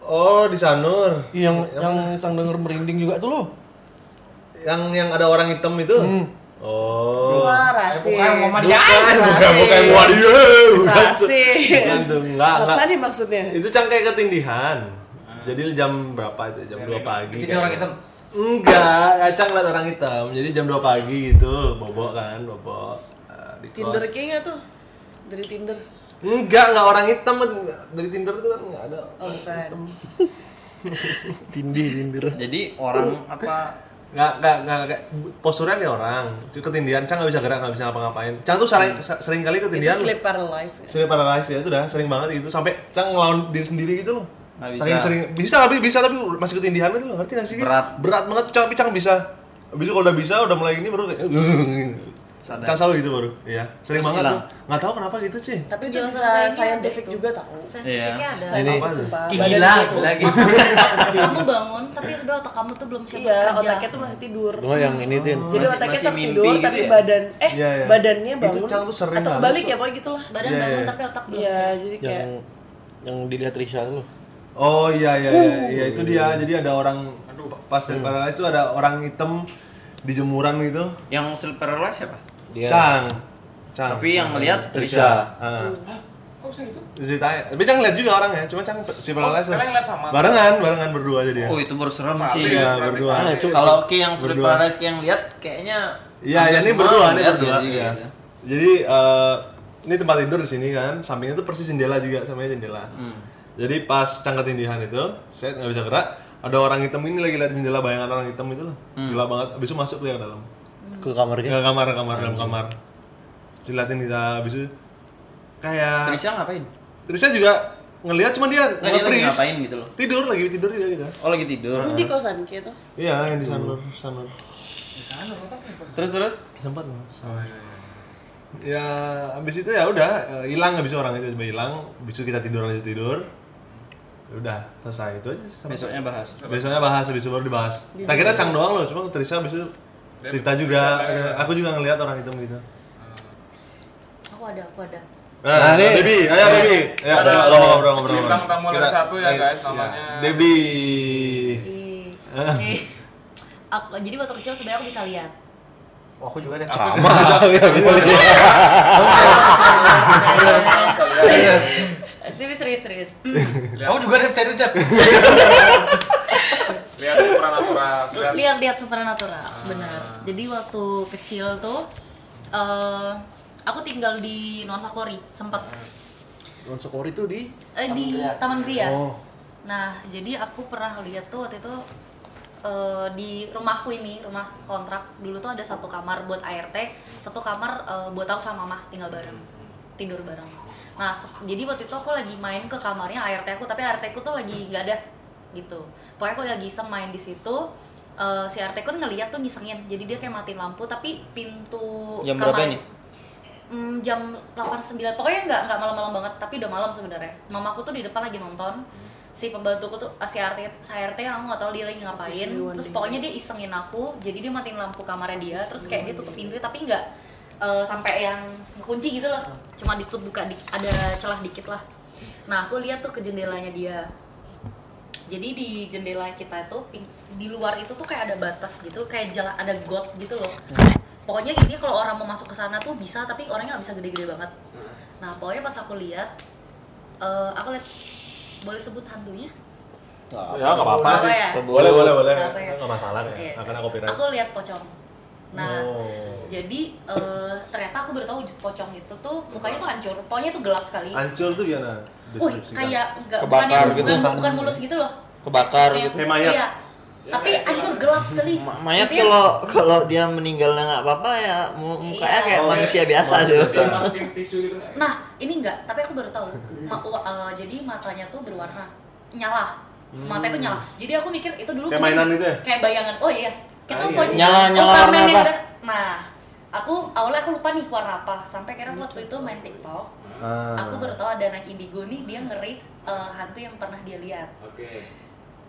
S4: Oh, di Sanur.
S6: Yang yang cang denger merinding juga tuh lo.
S4: Yang yang ada orang hitam itu.
S6: Hmm.
S4: Oh. Eh,
S5: Wah,
S7: Eh,
S5: rasis.
S7: bukan, mau mandi
S4: Bukan,
S7: air.
S4: bukan, bukan,
S5: Rasis.
S4: bukan, iya, bukan.
S5: Rasis.
S4: Bukan tuh, enggak,
S5: Apa
S4: enggak.
S5: nih maksudnya?
S7: Ah.
S4: Itu cang kayak ketindihan. Jadi jam berapa itu? Jam 2 pagi.
S7: Itu dia
S4: kayaknya.
S7: orang hitam.
S4: Enggak, Acang liat orang hitam. Jadi jam 2 pagi gitu, bobok kan, bobok. Eh, di kos.
S5: Tinder kayaknya tuh dari Tinder.
S4: Enggak, enggak orang hitam dari Tinder tuh kan enggak ada.
S5: Oh bukan.
S6: Tindi Tinder.
S3: Jadi orang apa
S4: Enggak, enggak, enggak, kayak posturnya kayak orang. Cuma ketindihan, Cang nggak bisa gerak, nggak bisa ngapa-ngapain. Cang tuh sering,
S7: Hmm.
S4: sering kali
S5: Itu
S4: ketindihan.
S5: sleep paralysis.
S4: Sering paralysis ya, itu udah sering banget gitu. Sampai Cang ngelawan diri sendiri gitu loh.
S3: Nggak bisa.
S4: Sering, sering, bisa tapi bisa tapi masih ketindihan gitu loh, ngerti nggak sih?
S3: Berat.
S4: Berat banget, Cang, tapi Cang bisa. Habis itu kalau udah bisa, udah mulai gini baru kayak
S3: Sadar.
S4: Cang selalu gitu baru, iya. Sering banget
S3: Terus hilang.
S4: tuh. Nggak tahu kenapa gitu sih.
S5: Tapi itu
S8: Jangan
S5: bisa gitu.
S8: selesai ini
S5: scientific
S8: ada itu.
S5: juga tau.
S4: Iya.
S8: Sensitifnya ada.
S6: Jadi
S4: Apa tuh?
S5: Sumpah,
S7: Gila,
S5: badan
S7: gila,
S5: itu-
S7: gila.
S8: Otak kamu bangun tapi sebenarnya otak kamu tuh belum siap
S5: Iya,
S8: bekerja.
S5: otaknya tuh masih tidur.
S6: Oh yang ini Tin.
S5: Jadi
S3: Masih-
S5: otaknya
S3: masih mimpi
S5: tertidur
S3: gitu
S5: tapi
S3: ya?
S5: badan eh
S4: Iya, iya.
S5: badannya
S4: Itu
S5: bangun.
S4: Cang tuh sering
S5: atau
S4: banget,
S5: balik
S4: Cang.
S5: ya pokoknya gitulah.
S8: Badan
S4: Iya,
S8: bangun
S4: iya.
S8: tapi otak belum
S5: Iya,
S8: siap.
S5: jadi kayak
S6: Yang yang dilihat Risha loh.
S4: Oh iya iya
S3: Uh.
S4: iya, iya itu dia. Jadi ada orang pas
S3: Hmm.
S4: dari paralysis itu ada orang hitam di jemuran gitu.
S3: yang sleep paralysis siapa?
S6: Dia
S4: Cang. Cang.
S3: Tapi yang lihat Trisha.
S4: Trisha. Heeh.
S1: Kok bisa gitu? Oh,
S4: Ceritanya. Ah. ya. Tapi Cang lihat juga orangnya, cuma Cang si paralysis.
S1: kalian lihat sama?
S4: Barengan, barengan berdua jadi ya.
S3: Oh itu baru serem
S1: Sama
S3: sih.
S1: Ali.
S4: Iya, berdua.
S6: Ah, itu
S3: Kalau Ki yang sleep
S4: Berdua.
S3: paralysis Ki yang lihat kayaknya
S4: Iya,
S3: hampir
S4: ya, ini
S3: semua
S4: berdua, ini
S3: lihat
S4: berdua.
S3: gitu,
S4: iya.
S3: gitu.
S4: Jadi eh, ini tempat tidur di sini kan, sampingnya tuh persis jendela juga, samanya jendela. Jadi pas cangkat tindihan itu, saya nggak bisa gerak. Ada orang hitam ini lagi lihat jendela bayangan orang hitam itu loh, gila banget. Abis itu masuk dia ke dalam.
S6: ke kamarnya.
S4: Ke kamar, kamar, dalam kamar. Silatin kita abis itu kayak
S3: Trisha ngapain?
S4: Trisha juga ngelihat cuman dia
S3: Nggak dia lagi
S4: nge-freeze.
S3: ngapain gitu loh.
S4: Tidur lagi tidur dia gitu.
S3: Oh lagi tidur.
S5: di kosan kayak tuh.
S4: Iya, yang di sanur, sanur.
S3: Terus terus
S4: Sempat loh, sama. iya, Ya, abis itu ya udah eh, hilang abis itu orang itu tiba hilang, abis itu kita tidur lanjut tidur. Ya Udah, selesai itu aja. Sampai-
S3: besoknya bahas.
S4: Biasanya bahas, habis itu baru dibahas. Tak kira Cang doang loh, cuma Trisha habis itu cerita juga. Aku juga ngelihat orang hitam gitu.
S8: Aku ada, aku ada.
S4: Nah,
S6: ini-
S4: Debi, ayo Debi. Ayo,
S1: Ada
S4: ngobrol, ngobrol, ngobrol.
S1: bintang tamu ada
S4: Kita-
S1: satu ya
S4: eh,
S1: guys
S4: iya.
S1: namanya.
S4: Debi.
S8: Ih.
S4: Ah.
S8: Ih. Aku, jadi waktu kecil sebenarnya aku bisa lihat.
S7: Wah, aku juga deh.
S1: Ah. ya, Iya.
S8: Tapi serius-serius.
S7: Kamu juga deh, saya ucap.
S1: Lihat supranatural, lihat
S8: Lihat-lihat supernatural,
S4: Ah.
S8: benar. Jadi waktu kecil tuh eh aku tinggal di Nuansa Kori, sempet
S4: Ah.
S6: Sokori itu di
S8: eh, di
S7: Gria.
S8: Taman Gria.
S6: Oh.
S8: Nah, jadi aku pernah lihat tuh waktu itu eh, di rumahku ini, rumah kontrak dulu tuh ada satu kamar buat ART, satu kamar eh, buat aku sama mama tinggal bareng, tidur bareng. Nah, se- jadi waktu itu aku lagi main ke kamarnya ART aku, tapi ART aku tuh lagi nggak ada gitu. Pokoknya aku lagi iseng main di situ. eh, si ART kan ngeliat tuh ngisengin, jadi dia kayak matiin lampu, tapi pintu
S3: Jam
S8: kamar-
S3: berapa ini?
S8: Hmm, jam 8-9 pokoknya nggak nggak malam-malam banget tapi udah malam sebenarnya mamaku tuh di depan lagi nonton si pembantuku tuh ah, si RT si RT aku nggak tahu dia lagi ngapain
S5: Terus
S8: terus pokoknya dia isengin aku jadi dia matiin lampu kamarnya dia terus kayak dia tutup pintunya tapi nggak eh, sampai yang kunci gitu loh cuma ditutup buka di- ada celah dikit lah nah aku lihat tuh ke jendelanya dia jadi di jendela kita itu pin- di luar itu tuh kayak ada batas gitu kayak jalan ada got gitu loh pokoknya gini kalau orang mau masuk ke sana tuh bisa tapi orangnya nggak bisa gede-gede banget nah pokoknya pas aku lihat eh, aku lihat boleh sebut hantunya
S4: Ya, enggak apa-apa
S8: Apa
S4: sih.
S8: ya?
S4: Boleh, boleh, boleh.
S8: Nggak apa ya?
S4: Enggak masalah ya.
S8: Iya.
S4: Nggak kena copyright.
S8: aku lihat pocong nah
S4: Oh.
S8: jadi eh, ternyata aku baru tahu wujud pocong itu tuh mukanya tuh hancur pokoknya tuh gelap sekali
S4: Hancur tuh gimana? kan?
S8: Wih, kayak enggak bukan,
S3: Kebakar
S8: yang,
S3: gitu.
S8: bukan, bukan mulus gitu loh.
S3: Kebakar
S8: Maksudnya-
S3: gitu.
S4: Kayak mayat.
S8: Iya. Tapi hancur gelap sekali.
S3: Ma- Mayat
S8: Intinya-
S3: kalau kalau dia meninggalnya nggak apa-apa ya mu- mukanya
S8: Iya.
S3: kayak manusia biasa sih.
S1: Dia masukin tisu gitu kan.
S8: Nah, ini enggak, tapi aku baru tahu. Ma- wa- eh, jadi matanya tuh berwarna nyala. Matanya tuh nyala. Jadi aku mikir itu dulu
S4: Hmm. Kayak
S8: mungkin
S4: mainan itu ya?
S8: Kayak bayangan. Oh iya. Kita
S4: Ah, iya.
S8: pokoknya-
S3: Nyala-nyala
S8: oh,
S3: warna
S8: permen yang
S3: apa?
S8: udah- Nah, aku awalnya aku lupa nih warna apa. Sampai karena waktu itu main TikTok,
S4: Ah.
S8: aku baru tahu ada anak indigo nih dia nge-rate eh, hantu yang pernah dia lihat.
S1: Oke.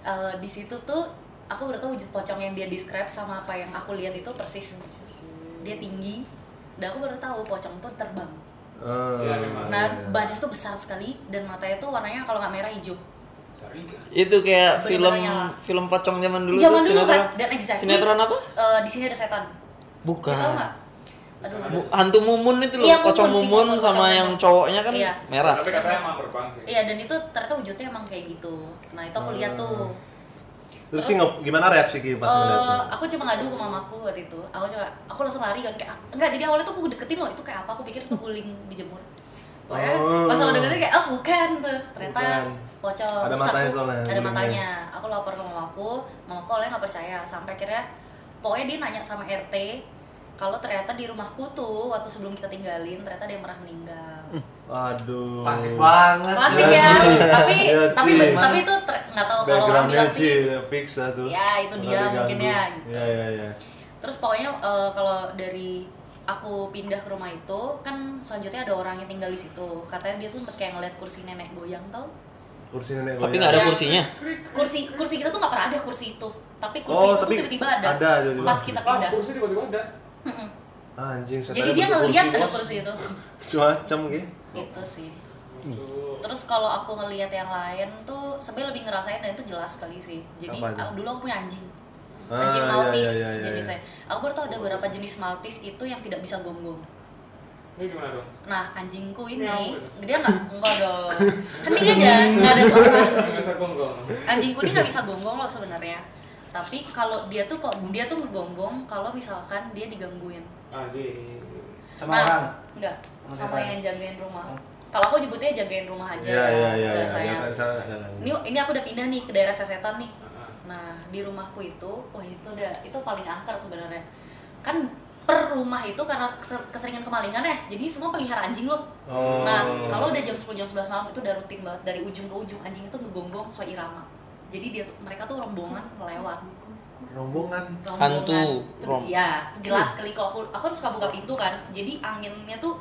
S8: Eh, di situ tuh aku baru tahu wujud pocong yang dia describe sama apa yang aku lihat itu persis dia tinggi dan aku baru tahu pocong tuh terbang
S4: Ah,
S1: Iya, memang.
S8: nah badannya tuh besar sekali dan matanya tuh warnanya kalau nggak merah hijau
S1: Sariga.
S3: Itu kayak
S8: Bener-bener
S3: film
S8: nyala.
S3: film pocong zaman dulu
S8: Zaman
S3: tuh
S8: dulu kan?
S3: sinetron.
S8: Dan exactly-
S3: Sinetron apa?
S8: Eh, di sini ada setan Dia
S3: Bukan.
S8: tahu nggak Aduh.
S3: Mu- hantu mumun itu loh,
S8: Iya,
S3: pocong
S8: mumun sih,
S3: mumun
S8: pocong
S3: sama
S8: mumun.
S3: yang cowoknya kan
S8: Iya.
S3: merah.
S1: Tapi katanya emang berbang sih.
S8: Iya dan itu ternyata wujudnya emang kayak gitu. Nah itu aku lihat tuh.
S4: Terus Ki, ngep- gimana reaksi Ki pas ngeliat
S8: Eh,
S4: tuh?
S8: aku cuma ngadu ke mamaku waktu itu. Aku coba, aku langsung lari kan kayak enggak jadi awalnya tuh aku deketin loh itu kayak apa? Aku pikir itu guling dijemur. Pokoknya
S4: Oh.
S8: pas aku deketin kayak ah bukan tuh ternyata
S4: Bukan.
S8: pocong.
S4: Ada
S8: Terus
S4: matanya
S8: aku-
S4: soalnya, ya.
S8: Ada
S4: gulingnya.
S8: matanya. Aku lapor ke mamaku, mamaku awalnya nggak percaya sampai akhirnya pokoknya dia nanya sama RT kalau ternyata di rumahku tuh waktu sebelum kita tinggalin ternyata dia pernah meninggal.
S4: Aduh.
S7: Klasik banget.
S8: Klasik
S4: Ya,
S8: ya,
S4: Ci.
S8: tapi
S4: Ya,
S8: tapi
S4: Ci.
S8: tapi itu ter- nggak tahu kalau orang
S4: Backgroundnya
S8: bilang
S4: Ci,
S8: sih
S4: fix lah tuh.
S8: Ya, itu
S4: Orang
S8: dia
S4: diganggu.
S8: mungkin ya, gitu.
S4: Iya, iya, iya.
S8: Terus pokoknya eh, kalau dari aku pindah ke rumah itu kan selanjutnya ada orang yang tinggal di situ. Katanya dia tuh sempet kayak ngeliat kursi nenek goyang tau?
S4: Kursi nenek ya.
S3: Tapi
S4: goyang.
S3: nggak ada
S8: Iya.
S3: kursinya.
S8: Kursi kursi kita tuh nggak pernah ada kursi itu. Tapi kursi
S4: Oh,
S8: itu
S4: tapi
S8: tuh tiba-tiba ada.
S4: ada tiba-tiba.
S8: Pas kita
S1: Lah,
S8: pindah.
S1: kursi tiba-tiba ada.
S4: Ah, Anjing, setan
S8: Jadi
S4: ada
S8: dia
S4: bentuk
S8: ngeliat ada
S4: bos.
S8: kursi itu.
S4: Semacam Ki.
S8: Gitu sih. Terus kalau aku ngelihat yang lain tuh sebenarnya lebih ngerasain dan itu jelas sekali sih. Jadi
S4: Apa itu?
S8: aku- dulu aku punya anjing.
S4: Ah,
S8: Anjing
S4: iya,
S8: maltis
S4: iya, iya, iya.
S8: jenisnya. Aku baru tau ada beberapa jenis maltis itu yang tidak bisa gonggong.
S1: Ini gimana dong?
S8: Nah, anjingku
S7: Ya
S1: Miau.
S8: ini, dia nggak, enggak dong. Hening aja, nggak ada suara.
S1: Biasa gonggong.
S8: Anjingku ini nggak bisa gonggong loh sebenarnya. Tapi kalau dia tuh kok dia tuh ngegonggong kalau misalkan dia digangguin.
S1: Ah, Anjing.
S7: Sama orang.
S8: Enggak,
S7: Sama
S8: sama
S7: siapa? Oh.
S8: yang jagain rumah. Kalau aku nyebutnya jagain rumah aja
S4: Iya, iya, iya. iya.
S8: biasanya.
S4: Jangan salah, jangan.
S8: Ini ini aku udah pindah nih ke daerah sesetan nih.
S1: Heeh.
S8: Nah, di rumahku itu, wah itu udah itu paling angker sebenarnya. Kan per rumah itu karena keser- keseringan kemalingan ya, jadi semua pelihara anjing loh.
S4: Oh.
S8: Nah, kalau udah jam 10 jam 11 malam itu udah rutin banget dari ujung ke ujung anjing itu ngegonggong so irama. Jadi dia mereka tuh rombongan melewat.
S4: rombongan.
S8: Rombongan.
S3: Hantu,
S8: Itu-
S3: rom-
S8: Iya, jelas sekali kalau aku aku kan suka buka pintu kan. Jadi anginnya tuh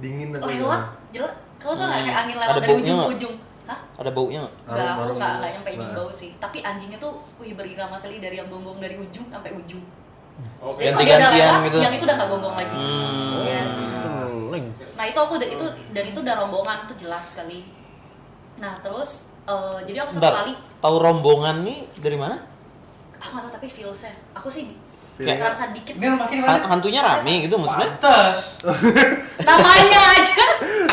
S4: Dingin atau
S8: Oh, lewat
S4: gimana?
S8: jelas kamu tau nggak
S3: Hmm.
S8: kayak angin lewat
S3: Ada
S8: dari
S3: baunya
S8: ujung ke
S3: nggak?
S8: ujung. Hah?
S3: Ada baunya nggak?
S8: Enggak, aku
S4: Aroma-aroma.
S8: nggak nggak nyampe ujung
S4: Nah.
S8: bau sih. Tapi anjingnya tuh wih berirama sekali dari yang gonggong dari ujung sampai ujung.
S1: Oke.
S8: Jadi kalau dia udah
S3: Ganti-gantian
S8: lewat,
S3: gitu.
S8: yang itu udah nggak gonggong lagi.
S3: Hmm.
S8: Yes.
S6: Seleng.
S8: Nah itu aku udah- itu dan itu udah rombongan tuh jelas sekali. Nah terus eh, jadi aku satu
S3: Bentar,
S8: kali
S3: tahu rombongan nih dari mana?
S8: ah nggak tahu tapi feelsnya aku sih
S3: Kayak-
S8: ngerasa dikit
S7: Ini rumah kini
S3: Ha-
S7: mana?
S3: Hantunya rame gitu maksudnya?
S7: Pantes.
S8: namanya aja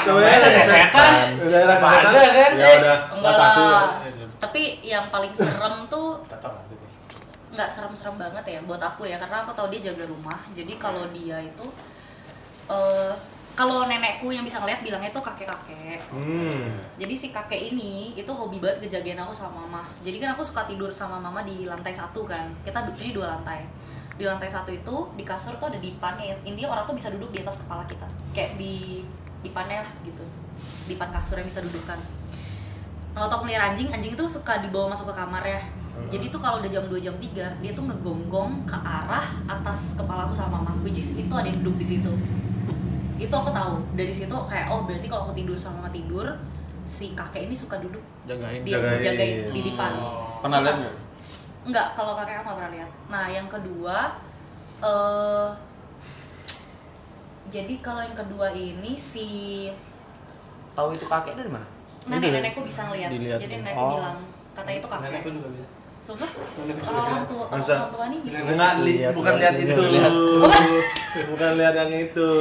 S7: Namanya sesetan.
S4: ya, Udah rasa
S7: Ada,
S4: setan.
S7: kan?
S4: Ya udah.
S8: Eh, enggak
S4: Pas satu.
S8: lah tapi yang paling serem tuh nggak serem-serem banget ya buat aku ya karena aku tahu dia jaga rumah jadi kalau dia itu eh kalau nenekku yang bisa ngeliat bilangnya itu kakek-kakek
S4: Hmm.
S8: jadi si kakek ini itu hobi banget ngejagain aku sama mama jadi kan aku suka tidur sama mama di lantai satu kan kita duduk di dua lantai di lantai satu itu di kasur tuh ada dipannya intinya orang tuh bisa duduk di atas kepala kita kayak di dipannya lah gitu dipan kasur yang bisa dudukkan kalau aku melihara anjing anjing itu suka dibawa masuk ke kamar ya jadi tuh kalau udah jam 2 jam 3 dia tuh ngegonggong ke arah atas kepala aku sama mama which is itu ada yang duduk di situ itu aku tahu dari situ kayak oh berarti kalau aku tidur sama mama tidur si kakek ini suka duduk
S6: Jagain.
S8: dia
S4: Jagain.
S8: jagain di depan
S3: Pernah lihat nggak?
S8: enggak kalau kakek aku nggak pernah lihat nah yang kedua eh jadi kalau yang kedua ini si
S3: Tahu itu kakek dari mana?
S8: nenek nenekku bisa ngeliat
S6: Dilihat.
S8: jadi nenekku
S3: Oh.
S8: bilang kata itu kakek
S7: Nenekku juga bisa.
S8: sumpah
S7: Nenekku
S8: kalau orang
S7: juga bisa.
S8: tua kalau
S4: Masa?
S8: orang tua ini bisa
S4: Enggak, li-
S6: Lihat,
S4: bukan lihat
S6: lihat,
S4: itu.
S3: lihat.
S4: Bukan lihat yang itu.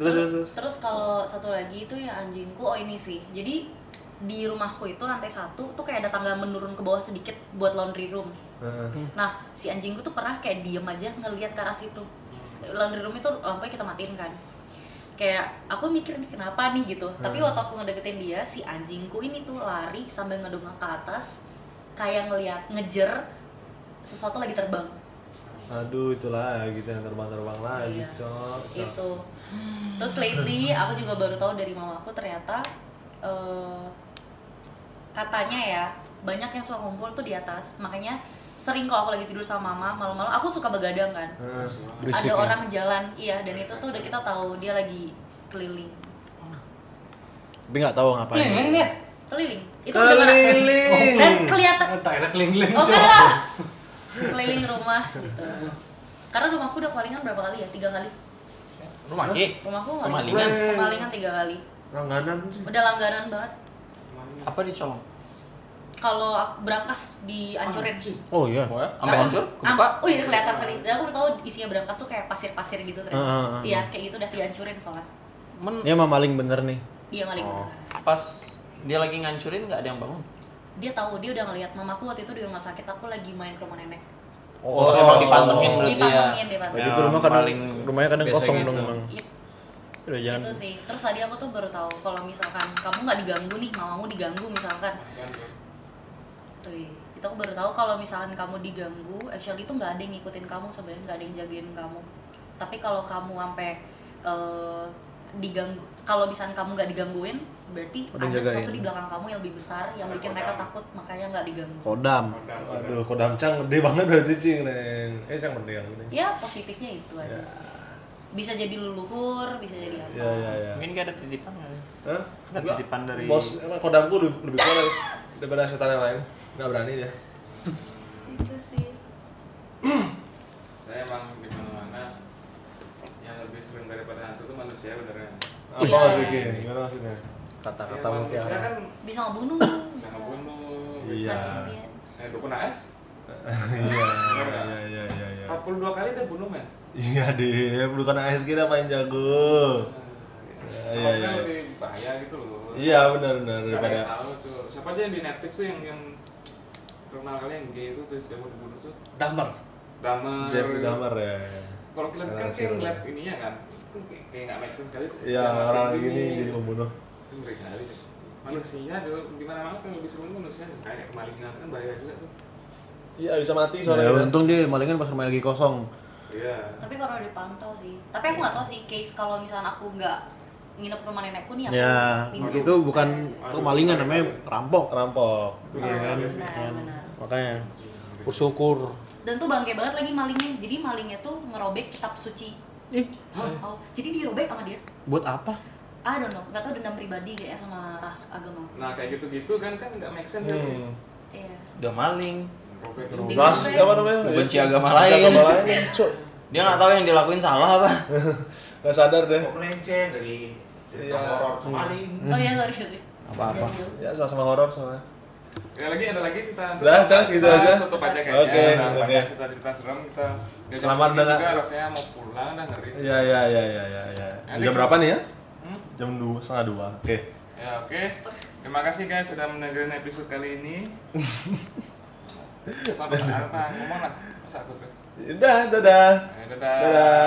S4: Terus terus. terus.
S8: Terus kalau satu lagi itu ya anjingku, oh ini sih. Jadi di rumahku itu lantai satu tuh kayak ada tangga menurun ke bawah sedikit buat laundry room.
S4: Heeh.
S8: Nah si anjingku tuh pernah kayak diem aja ngelihat ke arah situ. Laundry room itu lampunya kita matiin kan. Kayak aku mikir nih kenapa nih gitu. Tapi waktu aku ngedeketin dia si anjingku ini tuh lari sambil ngedongak ke atas kayak ngeliat ngejer sesuatu lagi terbang.
S4: Nah, Aduh, itulah gitu yang terbang-terbang lagi,
S8: Iya.
S4: cok. cok.
S8: itu Gitu. terus lately aku juga baru tahu dari mama aku ternyata eh, katanya ya banyak yang suka ngumpul tuh di atas makanya sering kalau aku lagi tidur sama mama malam-malam aku suka begadang kan
S4: Heeh.
S6: Berisik
S8: ada
S6: ya.
S8: orang jalan iya dan itu tuh udah kita tahu dia lagi keliling
S6: Tapi nggak tahu ngapain.
S7: Keliling nih.
S8: keliling itu
S4: Keliling.
S8: keliling dan kelihatan
S7: Toilet keliling.
S8: oke lah keliling rumah gitu karena rumahku udah palingan berapa kali ya tiga kali
S3: Rumah Ki.
S8: rumahku
S3: Kemalingan?
S8: palingan tiga kali
S4: Langganan sih.
S8: udah langganan banget
S3: Apa dicolong?
S8: kalau aku- berangkas dihancurin
S6: Oh iya.
S3: Sampai hancur? Kebuka?
S8: Am- oh iya kelihatan sekali. Dan aku tahu isinya berangkas tuh kayak pasir-pasir gitu ternyata.
S6: Ah, ah, ah.
S8: Iya, kayak gitu udah dihancurin soalnya.
S3: Men
S6: Ini emang maling bener nih.
S8: Iya maling.
S3: pas dia lagi ngancurin nggak ada yang bangun.
S8: Dia tahu dia udah ngelihat mamaku waktu itu di rumah sakit aku lagi main ke rumah nenek.
S3: Oh, emang dipantengin menurut dia.
S8: Dipantengin, dipantengin.
S6: Jadi
S3: Ya,
S6: itu rumah kadang
S3: maling
S6: rumahnya kadang
S3: biasa
S6: kosong
S3: gitu.
S6: dong emang.
S8: Iya,
S6: Udah
S2: Iya.
S6: jangan.
S8: itu Gitu sih. Terus tadi aku tuh baru tahu kalau misalkan kamu nggak diganggu nih, mamamu diganggu misalkan. Tuh, iya. itu aku baru tahu kalau misalkan kamu diganggu, actually itu nggak ada yang ngikutin kamu sebenarnya nggak ada yang jagain kamu. Tapi kalau kamu sampai eh, diganggu, kalau misalkan kamu nggak digangguin, berarti
S6: Ada yang
S8: ada sesuatu
S6: jagain.
S8: di belakang kamu yang lebih besar yang bikin mereka takut makanya nggak diganggu.
S6: Kodam.
S2: Aduh, kodam cang gede banget berarti cing neng. Eh cang gede yang gede.
S8: Ya positifnya itu
S2: Ya.
S8: aja. Bisa jadi leluhur, bisa jadi apa.
S4: Iya,
S2: Ya ya ya.
S3: Mungkin kayak ada titipan nggak sih?
S2: Hah?
S3: Ada
S2: Enggak.
S3: titipan dari-
S2: bos apa, kodamku lebih, lebih kuat dari- daripada setan yang lain. Enggak berani dia.
S8: Itu sih.
S1: saya emang di mana-mana yang lebih sering daripada hantu tuh manusia beneran
S4: Apa
S8: Iya.
S4: maksudnya? Gimana maksudnya?
S1: ya,
S2: Kata-kata
S1: manusia
S2: mutiara.
S1: kan
S8: Bisa ngebunuh, bisa
S1: bisa ngebunuh
S4: Iya.
S1: bisa
S2: Ya.
S8: nyakitin.
S1: eh dukun AS
S4: Iya, iya, iya, iya, iya.
S1: 42 kali dia bunuh men
S4: Iya, deh, bukan AS kira main jago.
S1: Nah, kan
S4: Iya, iya.
S1: lebih bahaya gitu loh
S4: Iya, benar benar
S1: Karena
S4: daripada
S1: yang tahu tuh siapa aja yang di Netflix tuh yang yang terkenal kali yang gay itu terus dia mau dibunuh tuh
S7: Dahmer.
S1: Dahmer
S4: Jeffrey Dahmer ya. ya.
S1: kalau kita kan
S4: Karena
S1: kayak
S4: seru.
S1: ngeliat ininya kan itu kayak- kayak nggak make sense kali kok.
S4: Iya,
S1: Yang
S4: orang
S1: ngelakuin
S4: gini jadi pembunuh.
S1: Itu ngeri kali deh. manusia dulu Iya, gimana mana kan lebih seru manusia kayak kemalingan kan bahaya juga tuh
S4: Iya, bisa mati
S6: Ya,
S4: soalnya.
S6: untung dia malingan pas rumah lagi kosong.
S1: iya
S8: tapi kalau dipantau sih tapi aku nggak tahu sih case kalau misalnya aku nggak nginep ke rumah nenekku nih aku
S6: Ya,
S8: pindah.
S6: itu bukan
S1: Aduh.
S6: kemalingan namanya rampok.
S4: Rampok.
S8: Iya,
S1: kan?
S8: benar benar
S6: Makanya bersyukur.
S8: dan tuh bangke banget lagi malingnya jadi malingnya tuh ngerobek kitab suci
S6: Ih,
S8: oh, jadi dirobek sama dia Ah,
S6: buat apa?
S8: I don't know nggak tahu dendam pribadi kayak sama ras agama
S1: nah kayak gitu gitu kan kan nggak make sense kan
S4: Hmm.
S8: iya
S3: Udah maling.
S1: robek
S8: Di-
S4: Ras
S8: Dirobek.
S4: apa namanya? Iya.
S3: Benci agama
S4: Benci
S3: lain.
S4: Agama lain, Cuk.
S3: Dia nggak tahu yang dilakuin salah apa.
S4: Gak sadar deh.
S7: Kok melenceng dari
S4: cerita
S3: Iya.
S4: horor ke
S3: Hmm.
S7: maling.
S8: oh iya sorry sorry Iya, apa-apa
S4: Ya, sama-sama horor soalnya.
S1: Ya lagi ada lagi cerita.
S4: Udah, Cas, gitu aja.
S1: Tutup aja kayaknya.
S4: Oke,
S1: Nah,
S4: oke.
S1: Banyak cerita-cerita serem kita. Ya, jam
S4: Selamat
S1: segini
S4: dengan-
S1: juga rasanya mau pulang dah ngeri.
S4: Iya, iya, iya, iya, iya, iya.
S1: Nanti-
S4: Jam berapa nih ya?
S1: Hmm?
S4: Jam dua, setengah dua. Oke.
S1: Ya oke. Terima kasih guys sudah mendengarkan episode kali ini. Sampai apa ngomong lah. Masa aku terus.
S4: Udah, dadah.
S1: Ya,
S4: Dadah.